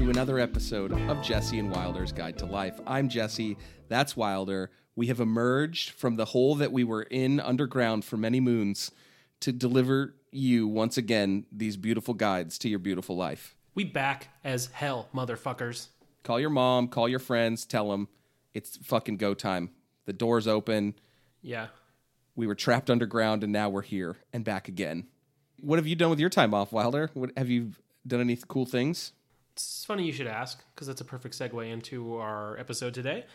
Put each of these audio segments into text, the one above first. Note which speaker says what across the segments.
Speaker 1: another episode of Jesse and Wilder's Guide to Life. I'm Jesse, that's Wilder. We have emerged from the hole that we were in underground for many moons to deliver you once again these beautiful guides to your beautiful life.
Speaker 2: We back as hell, motherfuckers.
Speaker 1: Call your mom, call your friends, tell them it's fucking go time. The door's open.
Speaker 2: Yeah.
Speaker 1: We were trapped underground and now we're here and back again. What have you done with your time off, Wilder? What, have you done any cool things?
Speaker 2: It's funny you should ask because that's a perfect segue into our episode today.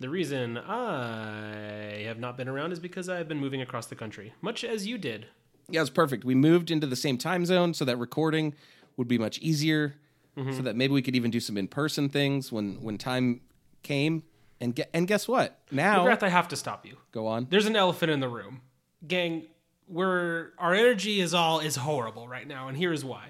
Speaker 2: The reason I have not been around is because I've been moving across the country, much as you did.
Speaker 1: Yeah, it was perfect. We moved into the same time zone so that recording would be much easier.
Speaker 2: Mm-hmm.
Speaker 1: So that maybe we could even do some in person things when when time came. And ge- and guess what? Now
Speaker 2: McGrath, I have to stop you.
Speaker 1: go on.
Speaker 2: There's an elephant in the room. Gang, we're our energy is all is horrible right now, and here's why.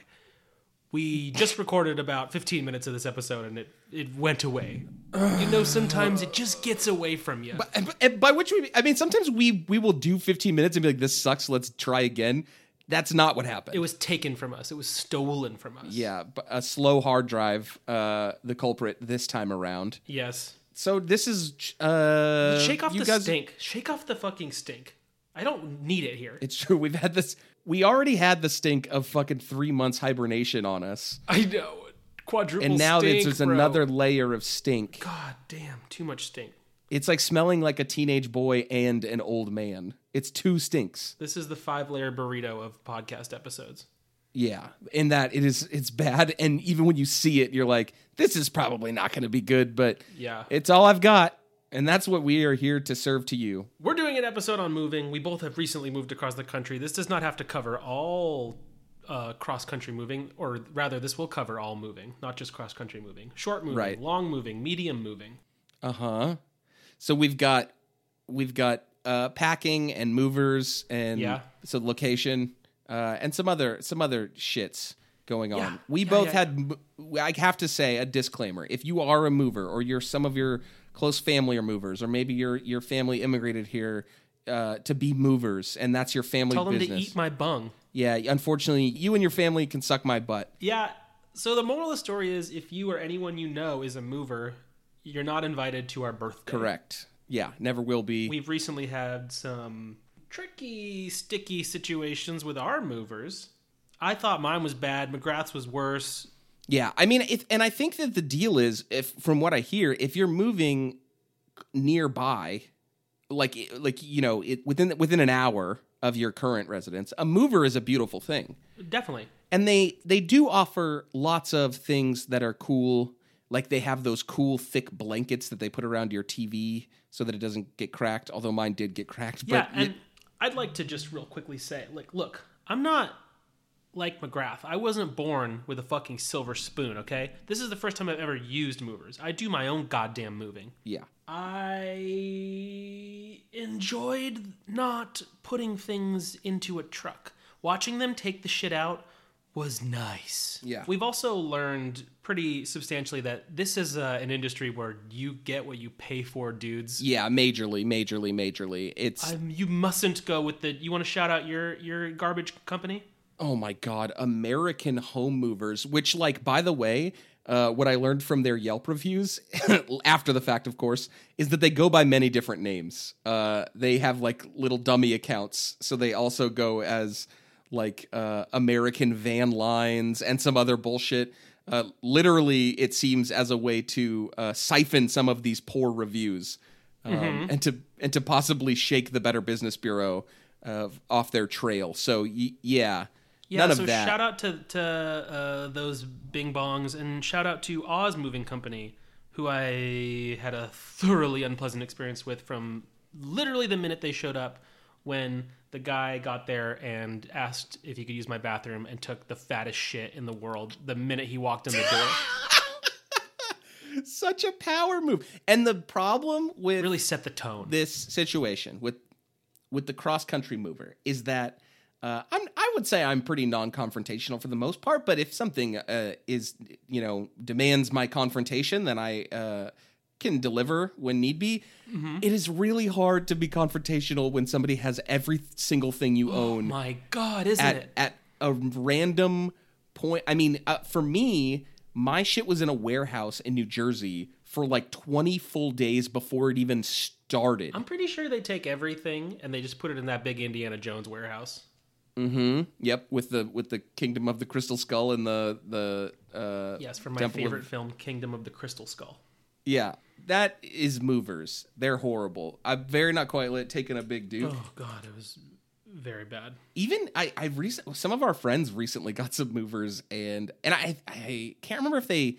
Speaker 2: We just recorded about 15 minutes of this episode and it, it went away. You know, sometimes it just gets away from you.
Speaker 1: And, and by which we I mean sometimes we we will do 15 minutes and be like this sucks, let's try again. That's not what happened.
Speaker 2: it was taken from us, it was stolen from us.
Speaker 1: yeah, b- a slow hard drive uh the culprit this time around.
Speaker 2: Yes.
Speaker 1: So this is uh
Speaker 2: Shake off
Speaker 1: you
Speaker 2: the
Speaker 1: guys-
Speaker 2: stink. Shake off the fucking stink. I don't need it here.
Speaker 1: It's true. We've had this we already had the stink of fucking 3 months hibernation on us.
Speaker 2: I know. Quadruple
Speaker 1: and now
Speaker 2: stink,
Speaker 1: it's there's
Speaker 2: bro.
Speaker 1: another layer of stink.
Speaker 2: God damn, too much stink.
Speaker 1: It's like smelling like a teenage boy and an old man. It's two stinks.
Speaker 2: This is the five layer burrito of podcast episodes.
Speaker 1: Yeah, in that it is it's bad, and even when you see it, you're like, this is probably not going to be good, but
Speaker 2: Yeah.
Speaker 1: it's all I've got, and that's what we are here to serve to you.
Speaker 2: We're doing an episode on moving. We both have recently moved across the country. This does not have to cover all uh, cross country moving, or rather, this will cover all moving, not just cross country moving. Short moving,
Speaker 1: Right.
Speaker 2: long moving, medium moving.
Speaker 1: Uh huh. So we've got we've got uh, packing and movers and
Speaker 2: Yeah.
Speaker 1: so location uh, and some other some other shits going on.
Speaker 2: Yeah.
Speaker 1: We
Speaker 2: Yeah,
Speaker 1: both
Speaker 2: yeah,
Speaker 1: had. m- I have to say a disclaimer: if you are a mover or you're some of your close family are movers, or maybe your your family immigrated here. Uh, to be movers, and that's your family
Speaker 2: Tell them
Speaker 1: business.
Speaker 2: to eat my bung.
Speaker 1: Yeah, unfortunately, you and your family can suck my butt.
Speaker 2: Yeah. So the moral of the story is if you or anyone you know is a mover, you're not invited to our birthday.
Speaker 1: Correct. Yeah, never will be.
Speaker 2: We've recently had some tricky, sticky situations with our movers. I thought mine was bad. McGrath's was worse.
Speaker 1: Yeah, I mean, if and I think that the deal is, if from what I hear, if you're moving nearby, like like you know, it, within within an hour of your current residence, a mover is a beautiful thing,
Speaker 2: Definitely.
Speaker 1: and they they do offer lots of things that are cool. Like they have those cool thick blankets that they put around your TV so that it doesn't get cracked. Although mine did get cracked,
Speaker 2: Yeah,
Speaker 1: but
Speaker 2: and I'd like to just real quickly say, like, look, I'm not like McGrath. I wasn't born with a fucking silver spoon, okay? This is the first time I've ever used movers. I do my own goddamn moving.
Speaker 1: yeah,
Speaker 2: I enjoyed not putting things into a truck. Watching them take the shit out was nice.
Speaker 1: Yeah.
Speaker 2: We've also learned pretty substantially that this is uh, an industry where you get what you pay for, dudes.
Speaker 1: yeah, majorly, majorly, majorly. It's
Speaker 2: Um, you mustn't go with the. You want to shout out your your garbage company?
Speaker 1: Oh my God, American Home Movers, which, like, by the way, uh, what I learned from their Yelp reviews, after the fact, of course, is that they go by many different names. Uh, they have like little dummy accounts, so they also go as like uh, American Van Lines and some other bullshit. Uh, literally, it seems as a way to uh, siphon some of these poor reviews um,
Speaker 2: Mm-hmm.
Speaker 1: and to and to possibly shake the Better Business Bureau uh, off their trail. So y- yeah,
Speaker 2: Yeah.
Speaker 1: none
Speaker 2: so
Speaker 1: of that.
Speaker 2: shout out to to uh, those Bing Bongs and shout out to Oz Moving Company, who I had a thoroughly unpleasant experience with from literally the minute they showed up, when the guy got there and asked if he could use my bathroom and took the fattest shit in the world the minute he walked in the door.
Speaker 1: Such a power move. And the problem with
Speaker 2: really set the tone.
Speaker 1: this situation with with the cross country mover is that uh, I'm I would say I'm pretty non confrontational for the most part, but if something uh, is you know demands my confrontation, then I uh, can deliver when need be.
Speaker 2: Mm-hmm.
Speaker 1: It is really hard to be confrontational when somebody has every single thing you own
Speaker 2: My God, isn't
Speaker 1: at
Speaker 2: it?
Speaker 1: at a random point. I mean, uh, for me, my shit was in a warehouse in New Jersey for like 20 full days before it even started.
Speaker 2: I'm pretty sure they take everything and they just put it in that big Indiana Jones warehouse.
Speaker 1: Mm-hmm. Yep, with the with the Kingdom of the Crystal Skull and the the uh,
Speaker 2: Yes, from my
Speaker 1: Temple of-
Speaker 2: favorite film, Kingdom of the Crystal Skull.
Speaker 1: yeah. That is movers. They're horrible. I'm very not quite lit taking a big dude.
Speaker 2: Oh God, it was very bad.
Speaker 1: even I I recent some of our friends recently got some movers and and I I can't remember if they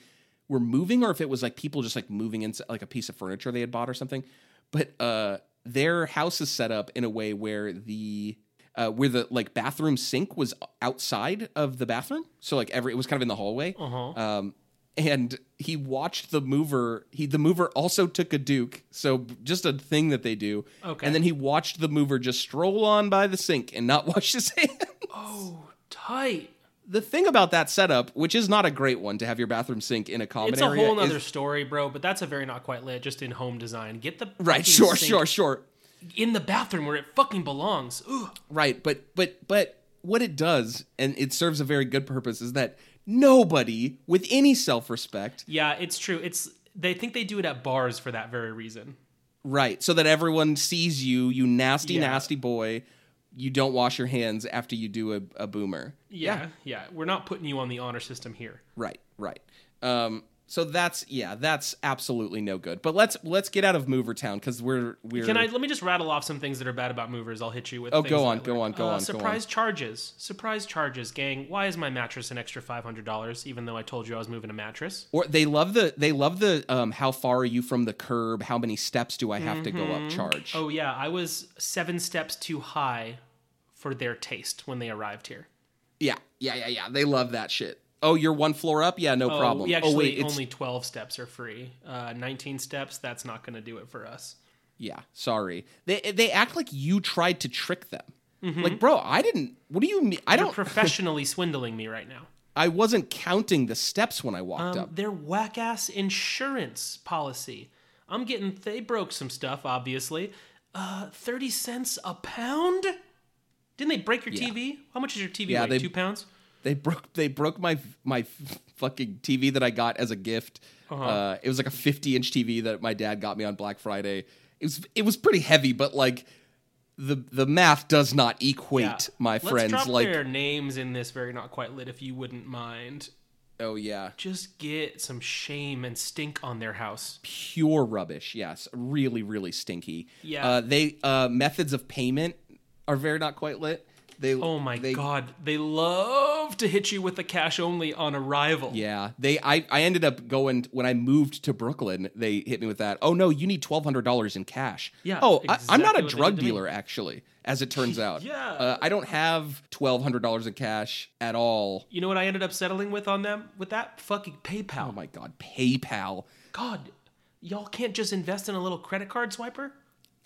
Speaker 1: were moving or if it was like people just like moving into like a piece of furniture they had bought or something. But uh their house is set up in a way where the uh, where the like bathroom sink was outside of the bathroom, so like every it was kind of in the hallway.
Speaker 2: Uh-huh.
Speaker 1: Um, and he watched the mover. He the mover also took a duke, so b- just a thing that they do.
Speaker 2: Okay.
Speaker 1: And then he watched the mover just stroll on by the sink and not wash his hand.
Speaker 2: Oh, tight.
Speaker 1: the thing about that setup, which is not a great one to have your bathroom sink in a common
Speaker 2: It's a
Speaker 1: area,
Speaker 2: whole nother
Speaker 1: is,
Speaker 2: story, bro. But that's a very not quite lit. Just in home design, get the
Speaker 1: right?
Speaker 2: fucking
Speaker 1: Sure,
Speaker 2: sink
Speaker 1: sure, sure.
Speaker 2: in the bathroom where it fucking belongs. Ooh,
Speaker 1: Right, but but but what it does, and it serves a very good purpose, is that nobody with any self-respect
Speaker 2: yeah, it's true. It's they think they do it at bars for that very reason.
Speaker 1: Right, so that everyone sees you, you nasty,
Speaker 2: Yeah.
Speaker 1: nasty boy. You don't wash your hands after you do a, a boomer.
Speaker 2: Yeah, yeah, We're not putting you on the honor system here.
Speaker 1: Right, right. Um, so that's yeah, that's absolutely no good. But let's let's get out of Mover Town because we're we're
Speaker 2: Can I let me just rattle off some things that are bad about movers? I'll hit you with.
Speaker 1: Oh,
Speaker 2: things
Speaker 1: go
Speaker 2: that I
Speaker 1: on, go
Speaker 2: learned.
Speaker 1: on, go on, go on.
Speaker 2: Uh, Surprise charges, surprise charges, gang. Why is my mattress an extra five hundred dollars? Even though I told you I was moving a mattress.
Speaker 1: or they love the they love the um how far are you from the curb? How many steps do I have to go up? Charge.
Speaker 2: Oh yeah, I was seven steps too high for their taste when they arrived here.
Speaker 1: Yeah, yeah, yeah, yeah. They love that shit. Oh, you're one floor up. Yeah, no
Speaker 2: Oh,
Speaker 1: problem.
Speaker 2: We actually
Speaker 1: oh wait, it's
Speaker 2: only twelve steps are free. Uh, Nineteen steps, that's not going to do it for us.
Speaker 1: Yeah, sorry. They they act like you tried to trick them. Like, bro, I didn't. What do you mean? I
Speaker 2: Mm-hmm. You're
Speaker 1: don't.
Speaker 2: professionally swindling me right now.
Speaker 1: I wasn't counting the steps when I walked
Speaker 2: Um,
Speaker 1: up.
Speaker 2: their whack ass insurance policy. I'm getting they broke some stuff, obviously. Uh, Thirty cents a pound. Didn't they break your TV? How much is your TV?
Speaker 1: Yeah,
Speaker 2: weigh?
Speaker 1: they-
Speaker 2: two pounds.
Speaker 1: They broke they broke my my fucking TV that I got as a gift.
Speaker 2: Uh-huh.
Speaker 1: uh it was like a 50 inch TV that my dad got me on Black Friday. It was it was pretty heavy, but like the the math does not equate,
Speaker 2: Yeah.
Speaker 1: my friends.
Speaker 2: Let's drop
Speaker 1: like,
Speaker 2: their names in this very not quite lit, if you wouldn't mind.
Speaker 1: oh yeah,
Speaker 2: Just get some shame and stink on their house.
Speaker 1: pure rubbish. Yes, really, really stinky.
Speaker 2: Yeah.
Speaker 1: Uh, they uh, methods of payment are very not quite lit. They
Speaker 2: Oh my
Speaker 1: they,
Speaker 2: god, they love to hit you with the cash only on arrival.
Speaker 1: Yeah, they. I I ended up going when I moved to Brooklyn. They hit me with that. Oh no, you need twelve hundred dollars in cash.
Speaker 2: Yeah,
Speaker 1: Oh, I, I'm
Speaker 2: exactly
Speaker 1: not
Speaker 2: what
Speaker 1: a
Speaker 2: they did
Speaker 1: drug
Speaker 2: to me.
Speaker 1: dealer, actually. As it turns out.
Speaker 2: Yeah.
Speaker 1: Uh, I don't have twelve hundred dollars in cash at all.
Speaker 2: You know what I ended up settling with on them? With that fucking PayPal.
Speaker 1: Oh my god, PayPal,
Speaker 2: God, y'all can't just invest in a little credit card swiper?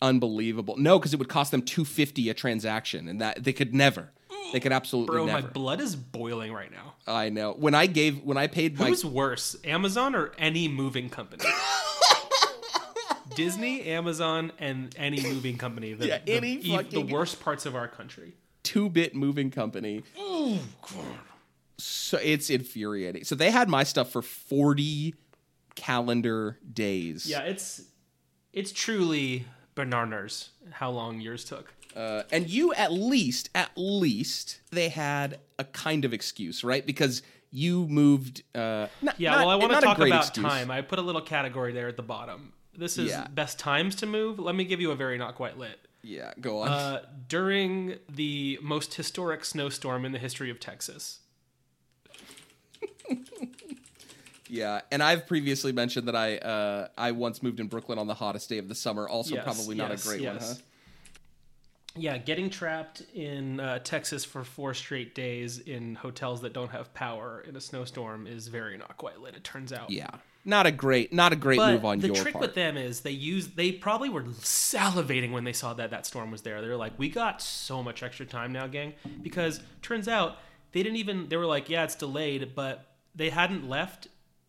Speaker 1: unbelievable. No, because it would cost them two fifty a transaction, and that they could never. They could absolutely
Speaker 2: Bro,
Speaker 1: never.
Speaker 2: my blood is boiling right now.
Speaker 1: I know. When I gave, when I paid my
Speaker 2: Who's worse, Amazon or any moving company? Disney, Amazon, and any moving company. The,
Speaker 1: Yeah,
Speaker 2: the-
Speaker 1: any
Speaker 2: e-
Speaker 1: fucking-
Speaker 2: the worst parts of our country.
Speaker 1: two bit moving company. So it's infuriating. So they had my stuff for 40 calendar days.
Speaker 2: Yeah, it's it's truly bananas how long yours took.
Speaker 1: Uh, and you at least, at least, they had a kind of excuse, right? Because you moved. Uh, not,
Speaker 2: Yeah,
Speaker 1: not-
Speaker 2: well, I want to
Speaker 1: not a
Speaker 2: talk
Speaker 1: great
Speaker 2: about
Speaker 1: excuse.
Speaker 2: time. I put a little category there at the bottom. This is
Speaker 1: Yeah.
Speaker 2: best times to move. Let me give you a very not quite lit.
Speaker 1: Yeah, go on.
Speaker 2: Uh, during the most historic snowstorm in the history of Texas.
Speaker 1: yeah, and I've previously mentioned that I uh, I once moved in Brooklyn on the hottest day of the summer. Also,
Speaker 2: Yes,
Speaker 1: probably not
Speaker 2: yes,
Speaker 1: a great one,
Speaker 2: yes.
Speaker 1: huh?
Speaker 2: Yeah, getting trapped in uh, Texas for four straight days in hotels that don't have power in a snowstorm is very not quite lit. It turns out.
Speaker 1: Yeah, not a great, not a great
Speaker 2: But
Speaker 1: move on
Speaker 2: the
Speaker 1: your
Speaker 2: trick
Speaker 1: part.
Speaker 2: with them is they use they probably were salivating when they saw that that storm was there. They're like, we got so much extra time now, gang, because turns out they didn't even. They were like, yeah, it's delayed, but they hadn't left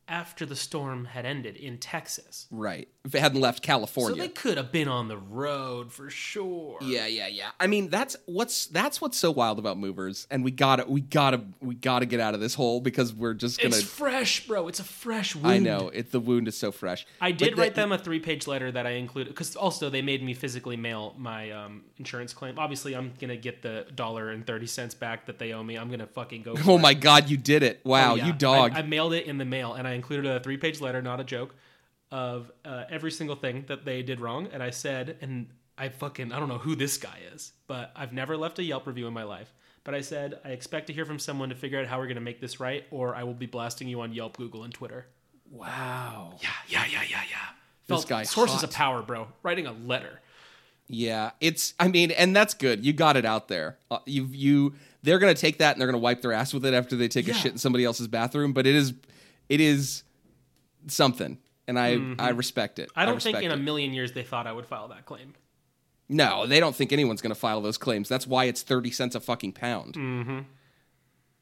Speaker 2: after the storm had ended in Texas.
Speaker 1: Right. If it hadn't left
Speaker 2: So
Speaker 1: California.
Speaker 2: they could have been on the road for sure.
Speaker 1: Yeah, yeah, yeah. I mean, that's what's that's what's so wild about movers, and we gotta, we gotta, we gotta get out of this hole because we're just gonna.
Speaker 2: It's fresh, bro. It's a fresh wound.
Speaker 1: I know it. The wound is so fresh.
Speaker 2: I
Speaker 1: But
Speaker 2: did
Speaker 1: the-
Speaker 2: write them a three-page letter that I included because also they made me physically mail my um, insurance claim. Obviously, I'm gonna get the dollar and thirty cents back that they owe me. I'm gonna fucking go.
Speaker 1: Oh my god, you did it! Wow,
Speaker 2: Oh, Yeah.
Speaker 1: you dog.
Speaker 2: I, I mailed it in the mail, and I included a three-page letter, not a joke, of uh, every single thing that they did wrong. And I said, and I fucking I don't know who this guy is, but I've never left a Yelp review in my life. But I said I expect to hear from someone to figure out how we're gonna make this right, or I will be blasting you on Yelp, Google, and Twitter.
Speaker 1: wow.
Speaker 2: Yeah, yeah, yeah, yeah, yeah.
Speaker 1: This
Speaker 2: Felt
Speaker 1: guy
Speaker 2: sources
Speaker 1: hot.
Speaker 2: of power, bro. Writing a letter.
Speaker 1: Yeah, it's. I mean, and that's good. You got it out there. Uh, you, you. They're gonna take that and they're gonna wipe their ass with it after they take a
Speaker 2: Yeah.
Speaker 1: shit in somebody else's bathroom. But it is, it is, something, and I, I respect it.
Speaker 2: Mm-hmm. I don't think
Speaker 1: respect
Speaker 2: in a
Speaker 1: it.
Speaker 2: million years they thought I would file that claim.
Speaker 1: No, they don't think anyone's going to file those claims. That's why it's 30 cents a fucking pound. Mm-hmm.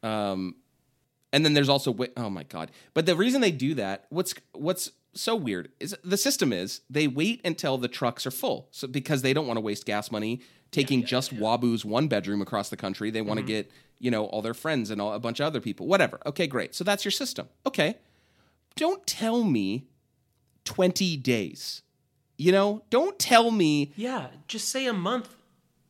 Speaker 1: Um, and then there's also wa- oh my god. But the reason they do that, what's what's so weird is the system is they wait until the trucks are full, so because they don't want to waste gas money taking just Wabu's one bedroom across the country. They want to get you know all their friends and all, a bunch of other people. Whatever. Okay, great. So that's your system. Okay, don't tell me 20 days. You know, don't tell me
Speaker 2: Yeah, just say a month.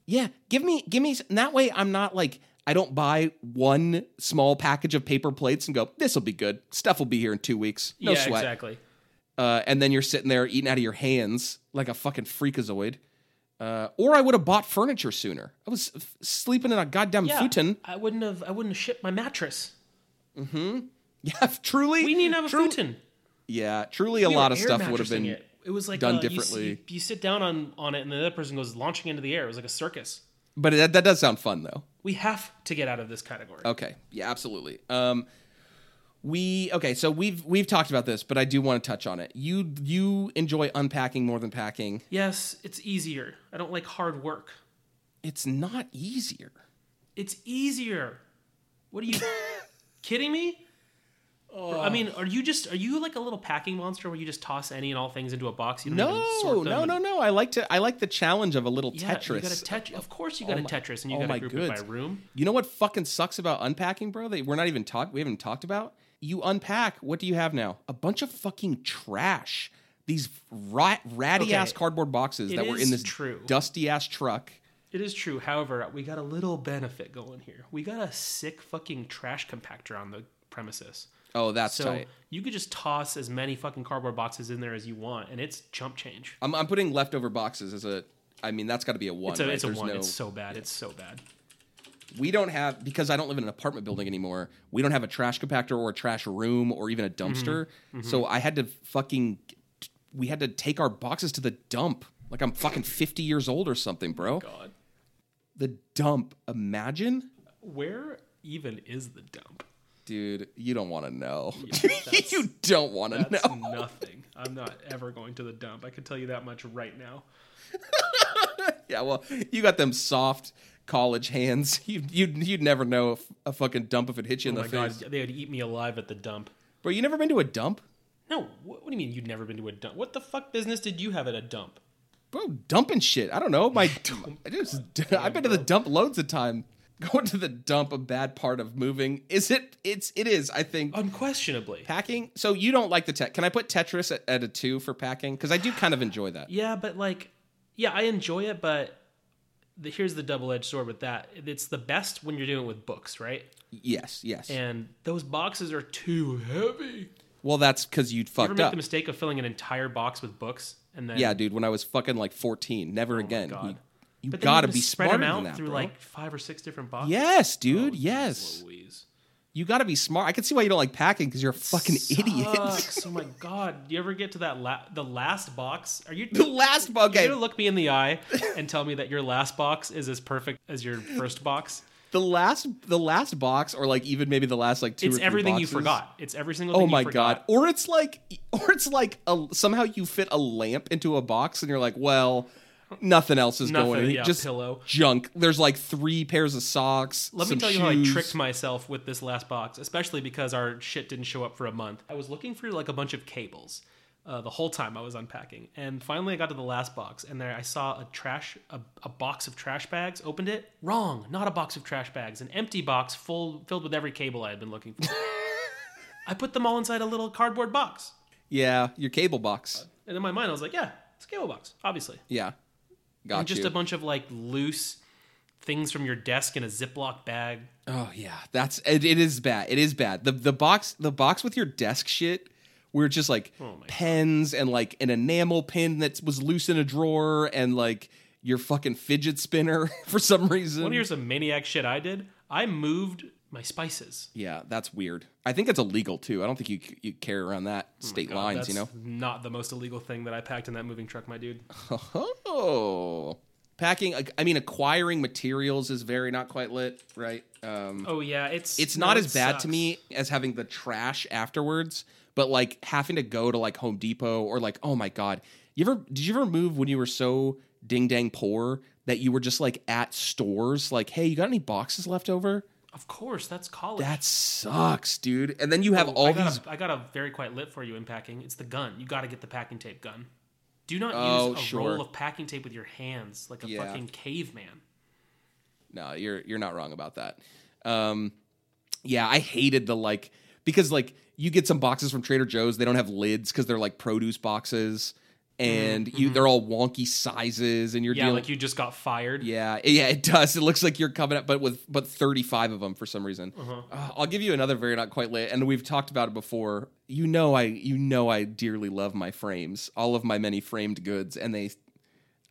Speaker 1: yeah, give me, give me. And that way, I'm not like I don't buy one small package of paper plates and go, "This will be good. Stuff will be here in two weeks. No
Speaker 2: yeah,
Speaker 1: sweat."
Speaker 2: exactly.
Speaker 1: Uh, and then you're sitting there eating out of your hands like a fucking freakazoid. Uh, or I would have bought furniture sooner. I was f- sleeping in a goddamn
Speaker 2: Yeah,
Speaker 1: futon.
Speaker 2: I wouldn't have. I wouldn't have shipped my mattress.
Speaker 1: Yeah, truly.
Speaker 2: We need to have a
Speaker 1: truly,
Speaker 2: futon.
Speaker 1: Yeah, truly, a
Speaker 2: We
Speaker 1: lot
Speaker 2: were
Speaker 1: of
Speaker 2: air
Speaker 1: stuff would have
Speaker 2: mattressing
Speaker 1: been.
Speaker 2: It. It was like
Speaker 1: done
Speaker 2: uh, you s-
Speaker 1: differently.
Speaker 2: You, you sit down on on it, and the other person goes launching into the air. It was like a circus.
Speaker 1: But that, that does sound fun though.
Speaker 2: We have to get out of this category.
Speaker 1: Okay. Yeah, absolutely. Um we okay, so we've we've talked about this, but I do want to touch on it. You you enjoy unpacking more than packing.
Speaker 2: Yes, it's easier. I don't like hard work.
Speaker 1: It's not easier.
Speaker 2: It's easier. What are you kidding me? I mean, are you just are you like a little packing monster where you just toss any and all things into a box? You don't even sort
Speaker 1: No,
Speaker 2: them
Speaker 1: no,
Speaker 2: and-
Speaker 1: no, no. I like to I like the challenge of a little
Speaker 2: Yeah,
Speaker 1: Tetris.
Speaker 2: You got a Tetris. Of course, you got a Tetris, and you
Speaker 1: oh
Speaker 2: got
Speaker 1: my
Speaker 2: to group
Speaker 1: goods.
Speaker 2: it by room.
Speaker 1: You know what fucking sucks about unpacking, bro? That we're not even talk. We haven't talked about. You unpack. What do you have now? A bunch of fucking trash. These rat, ratty
Speaker 2: Okay.
Speaker 1: ass cardboard boxes
Speaker 2: It
Speaker 1: that were
Speaker 2: is
Speaker 1: in this
Speaker 2: true.
Speaker 1: dusty ass truck.
Speaker 2: It is true. However, we got a little benefit going here. We got a sick fucking trash compactor on the premises,
Speaker 1: Oh, that's
Speaker 2: so
Speaker 1: tight.
Speaker 2: you could just toss as many fucking cardboard boxes in there as you want, and it's chump change.
Speaker 1: I'm, I'm putting leftover boxes as a. I mean, that's got to be a one.
Speaker 2: It's a,
Speaker 1: right?
Speaker 2: it's a
Speaker 1: There's
Speaker 2: one.
Speaker 1: no-
Speaker 2: It's so bad. It's so bad.
Speaker 1: we don't have because I don't live in an apartment building anymore. We don't have a trash compactor or a trash room or even a
Speaker 2: Mm-hmm.
Speaker 1: dumpster. So I had to fucking. We had to take our boxes to the dump. Like I'm fucking 50 years old or something, bro.
Speaker 2: Oh God,
Speaker 1: the dump. Imagine,
Speaker 2: where even is the dump?
Speaker 1: dude. You don't want to know.
Speaker 2: that's-
Speaker 1: you don't want to
Speaker 2: That's
Speaker 1: know.
Speaker 2: nothing. I'm not ever going to the dump. I can tell you that much right now.
Speaker 1: Yeah, well, you got them soft college hands. You you'd you'd never know if a fucking dump if it hit you in
Speaker 2: Oh
Speaker 1: the
Speaker 2: my god,
Speaker 1: face.
Speaker 2: they would eat me alive at the dump.
Speaker 1: Bro, you never been to a dump?
Speaker 2: No, what, what do you mean you'd never been to a dump? What the fuck business did you have at a dump?
Speaker 1: bro, dumping shit. I don't know. My, I just, I've been to the dump loads of time. Going to the dump, a bad part of moving. Is it? It's. It is. I
Speaker 2: Oh,
Speaker 1: think
Speaker 2: Unquestionably.
Speaker 1: packing. So you don't like the tech? Can I put Tetris at, at a two for packing? Because I do kind of enjoy that.
Speaker 2: Yeah, but like, yeah, I enjoy it, but the, here's the double edged sword with that. It's the best when you're doing it with books, right?
Speaker 1: Yes. Yes.
Speaker 2: And those boxes are too heavy.
Speaker 1: well, that's because you
Speaker 2: Ever
Speaker 1: fucked
Speaker 2: make
Speaker 1: up.
Speaker 2: the mistake of filling an entire box with books and then
Speaker 1: yeah, dude. When I was fucking like fourteen, never again.
Speaker 2: Oh God.
Speaker 1: You, you
Speaker 2: but then
Speaker 1: gotta
Speaker 2: you have to
Speaker 1: be
Speaker 2: spread
Speaker 1: smarter
Speaker 2: them out
Speaker 1: than that,
Speaker 2: through
Speaker 1: bro.
Speaker 2: like five or six different boxes.
Speaker 1: yes, dude.
Speaker 2: Oh, geez
Speaker 1: yes,
Speaker 2: Louise.
Speaker 1: you gotta be smart. I can see why you don't like packing because you're a fucking idiot.
Speaker 2: Sucks. oh my god! Do you ever get to that la- the last box? Are you
Speaker 1: the last bug.
Speaker 2: You're gonna look me in the eye and tell me that your last box is as perfect as your first box.
Speaker 1: the last the last box or like even maybe the last like two or
Speaker 2: It's
Speaker 1: three
Speaker 2: everything
Speaker 1: boxes.
Speaker 2: you forgot. It's every single thing
Speaker 1: oh
Speaker 2: you
Speaker 1: my god
Speaker 2: forgot.
Speaker 1: or it's like or it's like a, somehow you fit a lamp into a box and you're like well Nothing else is
Speaker 2: Nothing,
Speaker 1: going. in.
Speaker 2: yeah,
Speaker 1: just
Speaker 2: pillow.
Speaker 1: junk. There's like three pairs of socks.
Speaker 2: Let
Speaker 1: some
Speaker 2: me tell you how I
Speaker 1: shoes.
Speaker 2: tricked myself with this last box, especially because our shit didn't show up for a month. I was looking for like a bunch of cables uh, the whole time I was unpacking, and finally I got to the last box, and there I saw a trash, a, a box of trash bags. Opened it, wrong, not a box of trash bags, an empty box full filled with every cable I had been looking for. I put them all inside a little cardboard box,
Speaker 1: Yeah, your cable box.
Speaker 2: and in my mind I was like, yeah, it's a cable box, obviously.
Speaker 1: Yeah, got
Speaker 2: and just
Speaker 1: you.
Speaker 2: a bunch of like loose things from your desk in a Ziploc bag.
Speaker 1: Oh yeah, that's it, it is bad. It is bad. The the box the box with your desk shit where it's just like
Speaker 2: Oh my
Speaker 1: pens and like an enamel pin that was loose in a drawer and like your fucking fidget spinner for some reason.
Speaker 2: Well, here's some maniac shit I did. I moved my spices.
Speaker 1: yeah, that's weird. I think it's illegal too. I don't think you c- you carry around that state lines,
Speaker 2: Oh That's
Speaker 1: you know.
Speaker 2: not the most illegal thing that I packed in that moving truck, my dude.
Speaker 1: Oh. Packing ag- I mean acquiring materials is very not quite lit, right? Um
Speaker 2: Oh yeah, it's
Speaker 1: it's not
Speaker 2: no,
Speaker 1: as
Speaker 2: it
Speaker 1: bad
Speaker 2: sucks.
Speaker 1: to me as having the trash afterwards, but like having to go to like Home Depot or like, oh my God. You ever did you ever move when you were so ding dang poor that you were just like at stores like, hey, you got any boxes left over?
Speaker 2: Of course, that's college.
Speaker 1: That sucks, dude. And then you have all
Speaker 2: Oh, I got,
Speaker 1: these
Speaker 2: a, I got a very quiet lit for you in packing. It's the gun. You got to get the packing tape gun. Do not
Speaker 1: Oh,
Speaker 2: use a
Speaker 1: sure.
Speaker 2: roll of packing tape with your hands like a
Speaker 1: Yeah.
Speaker 2: fucking caveman.
Speaker 1: No, you're you're not wrong about that. Um, yeah, I hated the like because like you get some boxes from Trader Joe's, they don't have lids because they're like produce boxes, and you they're all wonky sizes, and you're
Speaker 2: Mm, mm-hmm. Yeah,
Speaker 1: dealing.
Speaker 2: like you just got fired.
Speaker 1: yeah, yeah, it does. It looks like you're coming up, but with but 35 of them for some reason. Uh, I'll give you another very not quite lit, and we've talked about it before. You know, I you know I dearly love my frames, all of my many framed goods, and they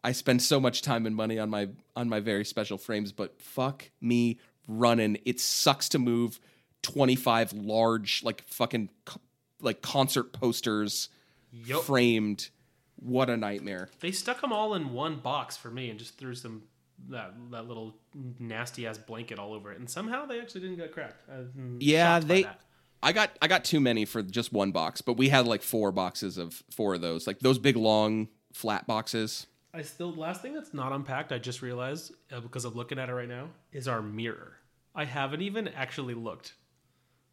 Speaker 1: I spend so much time and money on my on my very special frames, but fuck me running. It sucks to move 25 large like fucking co- like concert posters
Speaker 2: Yup.
Speaker 1: framed. What a nightmare.
Speaker 2: They stuck them all in one box for me and just threw some that that little nasty ass blanket all over it. And somehow they actually didn't get cracked. I'm
Speaker 1: Yeah,
Speaker 2: shocked by
Speaker 1: they
Speaker 2: that.
Speaker 1: I got I got too many for just one box, but we had like four boxes of four of those. Like those big long flat boxes.
Speaker 2: I still last thing that's not unpacked. I just realized uh, because I'm looking at it right now is our mirror. I haven't even actually looked.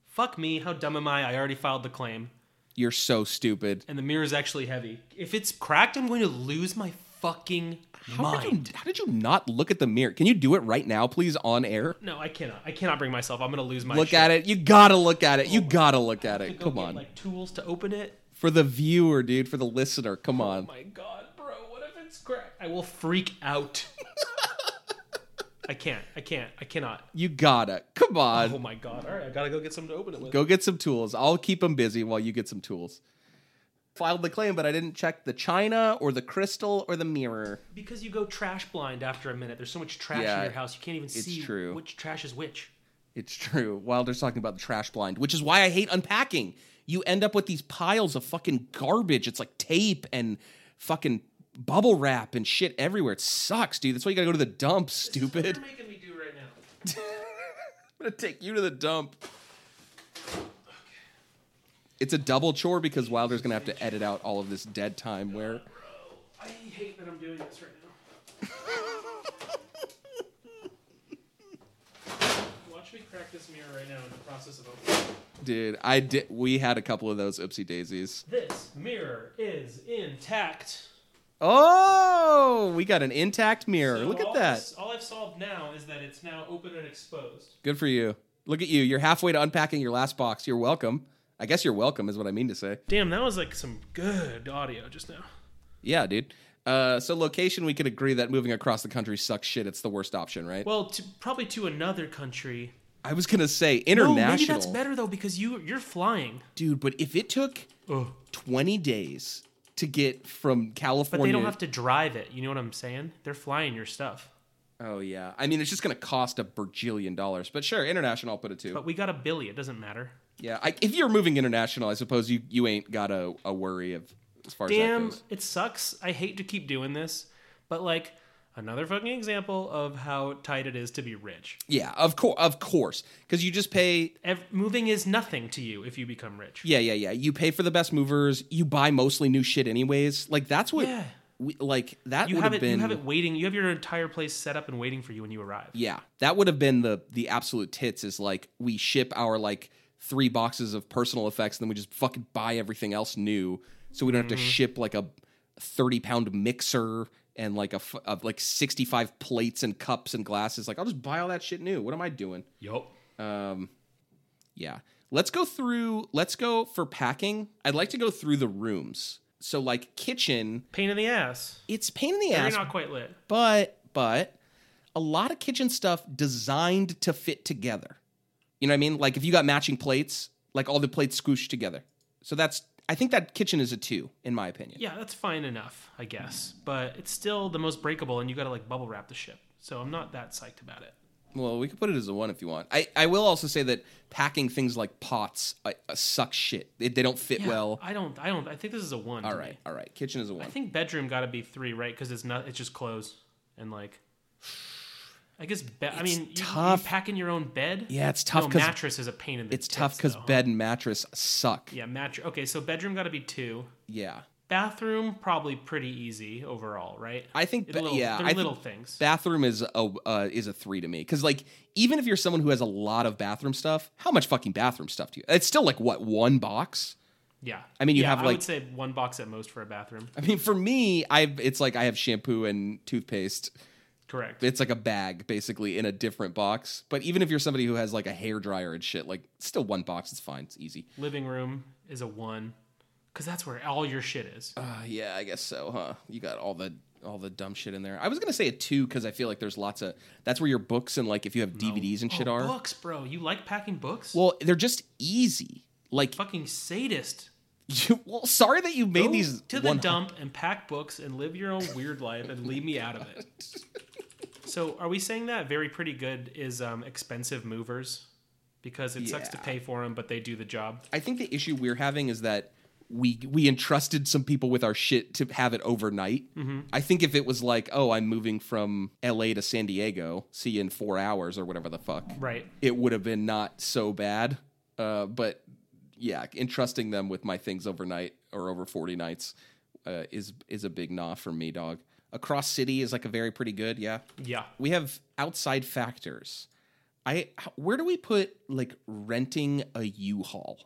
Speaker 2: Fuck me, how dumb am I? I already filed the claim,
Speaker 1: You're so stupid.
Speaker 2: and the mirror is actually heavy. If it's cracked, I'm going to lose my fucking
Speaker 1: How did, you,
Speaker 2: mind.
Speaker 1: how did you not look at the mirror? Can you do it right now, please, on air?
Speaker 2: No, I cannot. I cannot bring myself. I'm going to lose my.
Speaker 1: Look
Speaker 2: shit.
Speaker 1: at it. You gotta look at
Speaker 2: Oh,
Speaker 1: it. You gotta look at it.
Speaker 2: Go
Speaker 1: Come
Speaker 2: get,
Speaker 1: on.
Speaker 2: Like tools to open it.
Speaker 1: For the viewer, dude, for the listener, come on.
Speaker 2: Oh my god, bro, what if it's cracked? I will freak out. I can't. I can't. I cannot.
Speaker 1: You gotta. Come on.
Speaker 2: Oh my god. All right, I gotta go get something to open it with.
Speaker 1: Go get some tools. I'll keep them busy while you get some tools. Filed the claim, but I didn't check the china or the crystal or the mirror.
Speaker 2: Because you go trash blind after a minute. There's so much trash
Speaker 1: Yeah,
Speaker 2: in your house, you can't even see
Speaker 1: true.
Speaker 2: which trash is which.
Speaker 1: It's true. Wilder's talking about the trash blind, which is why I hate unpacking. You end up with these piles of fucking garbage. It's like tape and fucking bubble wrap and shit everywhere. It sucks, dude. That's why you gotta go to the dump, stupid.
Speaker 2: You're making me do right now.
Speaker 1: I'm gonna take you to the dump. It's a double chore because Wilder's gonna have to edit out all of this dead time where
Speaker 2: I hate that I'm doing this right now. Watch me crack this mirror right now in the process of opening. it.
Speaker 1: dude, I did we had a couple of those oopsie daisies.
Speaker 2: This mirror is intact.
Speaker 1: Oh we got an intact mirror.
Speaker 2: So
Speaker 1: Look at
Speaker 2: all
Speaker 1: that.
Speaker 2: this- all I've solved now is that it's now open and exposed.
Speaker 1: Good for you. Look at you. You're halfway to unpacking your last box. You're welcome. I guess you're welcome is what I mean to say.
Speaker 2: Damn, that was like some good audio just now.
Speaker 1: Yeah, dude. Uh, so location, we could agree that moving across the country sucks shit. It's the worst option, right?
Speaker 2: Well, to, probably to another country.
Speaker 1: I was gonna say
Speaker 2: No,
Speaker 1: international,
Speaker 2: maybe that's better though because you you're flying.
Speaker 1: dude. But if it took
Speaker 2: Oh,
Speaker 1: 20 days to get from
Speaker 2: but
Speaker 1: California,
Speaker 2: they don't have to drive it. You know what I'm saying? They're flying your stuff.
Speaker 1: Oh yeah, I mean it's just gonna cost a bajillion dollars. But sure, international, I'll put it too.
Speaker 2: But we got a billy. It doesn't matter.
Speaker 1: yeah, I, if you're moving international, I suppose you you ain't got a, a worry of as far
Speaker 2: Damn,
Speaker 1: as that goes.
Speaker 2: it sucks. I hate to keep doing this, but like another fucking example of how tight it is to be rich.
Speaker 1: Yeah, of course, of course, because you just pay
Speaker 2: Ev- moving is nothing to you if you become rich.
Speaker 1: Yeah, yeah, yeah. You pay for the best movers. You buy mostly new shit, anyways. Like that's what
Speaker 2: Yeah.
Speaker 1: we, like that
Speaker 2: You
Speaker 1: would
Speaker 2: have
Speaker 1: have
Speaker 2: it.
Speaker 1: been
Speaker 2: You have it waiting. You have your entire place set up and waiting for you when you arrive.
Speaker 1: yeah that would have been the the absolute tits is like we ship our like three boxes of personal effects and then we just fucking buy everything else new so we don't
Speaker 2: Mm-hmm.
Speaker 1: have to ship like a 30 pound mixer and like a f- of, like 65 plates and cups and glasses like i'll just buy all that shit new what am i doing
Speaker 2: Yup.
Speaker 1: yeah let's go through let's go for packing i'd like to go through the rooms so like kitchen
Speaker 2: Pain in the ass.
Speaker 1: it's pain in the
Speaker 2: You're
Speaker 1: ass
Speaker 2: not quite lit.
Speaker 1: but but a lot of kitchen stuff designed to fit together. You know what I mean? Like if you got matching plates, like all the plates squooshed together. So that's I think that kitchen is a two in my opinion.
Speaker 2: Yeah, that's fine enough, I guess. But it's still the most breakable, and you got to like bubble wrap the ship. So I'm not that psyched about it.
Speaker 1: Well, we could put it as a one if you want. I, I will also say that packing things like pots uh, uh, suck shit. They, they don't fit well.
Speaker 2: I don't. I don't. I think this is a one.
Speaker 1: All
Speaker 2: to
Speaker 1: right,
Speaker 2: me.
Speaker 1: all right. Kitchen is a one.
Speaker 2: I think bedroom got to be three, right? Because it's not. It's just clothes and like. I guess. Be- I mean, you-
Speaker 1: tough.
Speaker 2: You, pack in your own bed.
Speaker 1: Yeah, it's tough
Speaker 2: No,
Speaker 1: 'cause-
Speaker 2: mattress is a pain in the.
Speaker 1: it's tough
Speaker 2: tits,
Speaker 1: because
Speaker 2: though.
Speaker 1: bed and mattress suck.
Speaker 2: Yeah, mattress. Okay, so bedroom got to be two.
Speaker 1: Yeah.
Speaker 2: Bathroom probably pretty easy overall, right?
Speaker 1: I think
Speaker 2: It's
Speaker 1: ba-
Speaker 2: little,
Speaker 1: yeah,
Speaker 2: they're
Speaker 1: I think
Speaker 2: little things.
Speaker 1: bathroom is a uh, is a three to me because like even if you're someone who has a lot of bathroom stuff, how much fucking bathroom stuff do you? It's still like what one box.
Speaker 2: yeah,
Speaker 1: I mean, you
Speaker 2: Yeah,
Speaker 1: have,
Speaker 2: I
Speaker 1: like-
Speaker 2: would say one box at most for a bathroom.
Speaker 1: I mean, for me, I it's like I have shampoo and toothpaste.
Speaker 2: Correct.
Speaker 1: It's like a bag basically in a different box. But even if you're somebody who has like a hair dryer and shit, like it's still one box. It's fine. It's easy.
Speaker 2: Living room is a one, because that's where all your shit is.
Speaker 1: Uh, yeah, I guess so, huh? You got all the all the dumb shit in there. I was gonna say a two because I feel like there's lots of that's where your books and like if you have DVDs and shit
Speaker 2: Oh,
Speaker 1: are.
Speaker 2: books, bro. You like packing books?
Speaker 1: Well, they're just easy. Like
Speaker 2: Fucking sadist.
Speaker 1: You, well, sorry that you made
Speaker 2: Go
Speaker 1: these
Speaker 2: to the
Speaker 1: one-
Speaker 2: dump and pack books and live your own weird life and leave me out of it. So, are we saying that very pretty good is um, expensive movers because it sucks to
Speaker 1: Yeah.
Speaker 2: pay for them, but they do the job?
Speaker 1: I think the issue we're having is that we we entrusted some people with our shit to have it overnight.
Speaker 2: Mm-hmm.
Speaker 1: I think if it was like, oh, I'm moving from L.A. to San Diego, see you in four hours or whatever the fuck,
Speaker 2: Right.
Speaker 1: it would have been not so bad. Uh, but yeah, entrusting them with my things overnight or over forty nights uh, is is a big nah for me, dog. Across city is like a very pretty good, yeah.
Speaker 2: Yeah.
Speaker 1: we have outside factors. I where do we put like renting a U-Haul?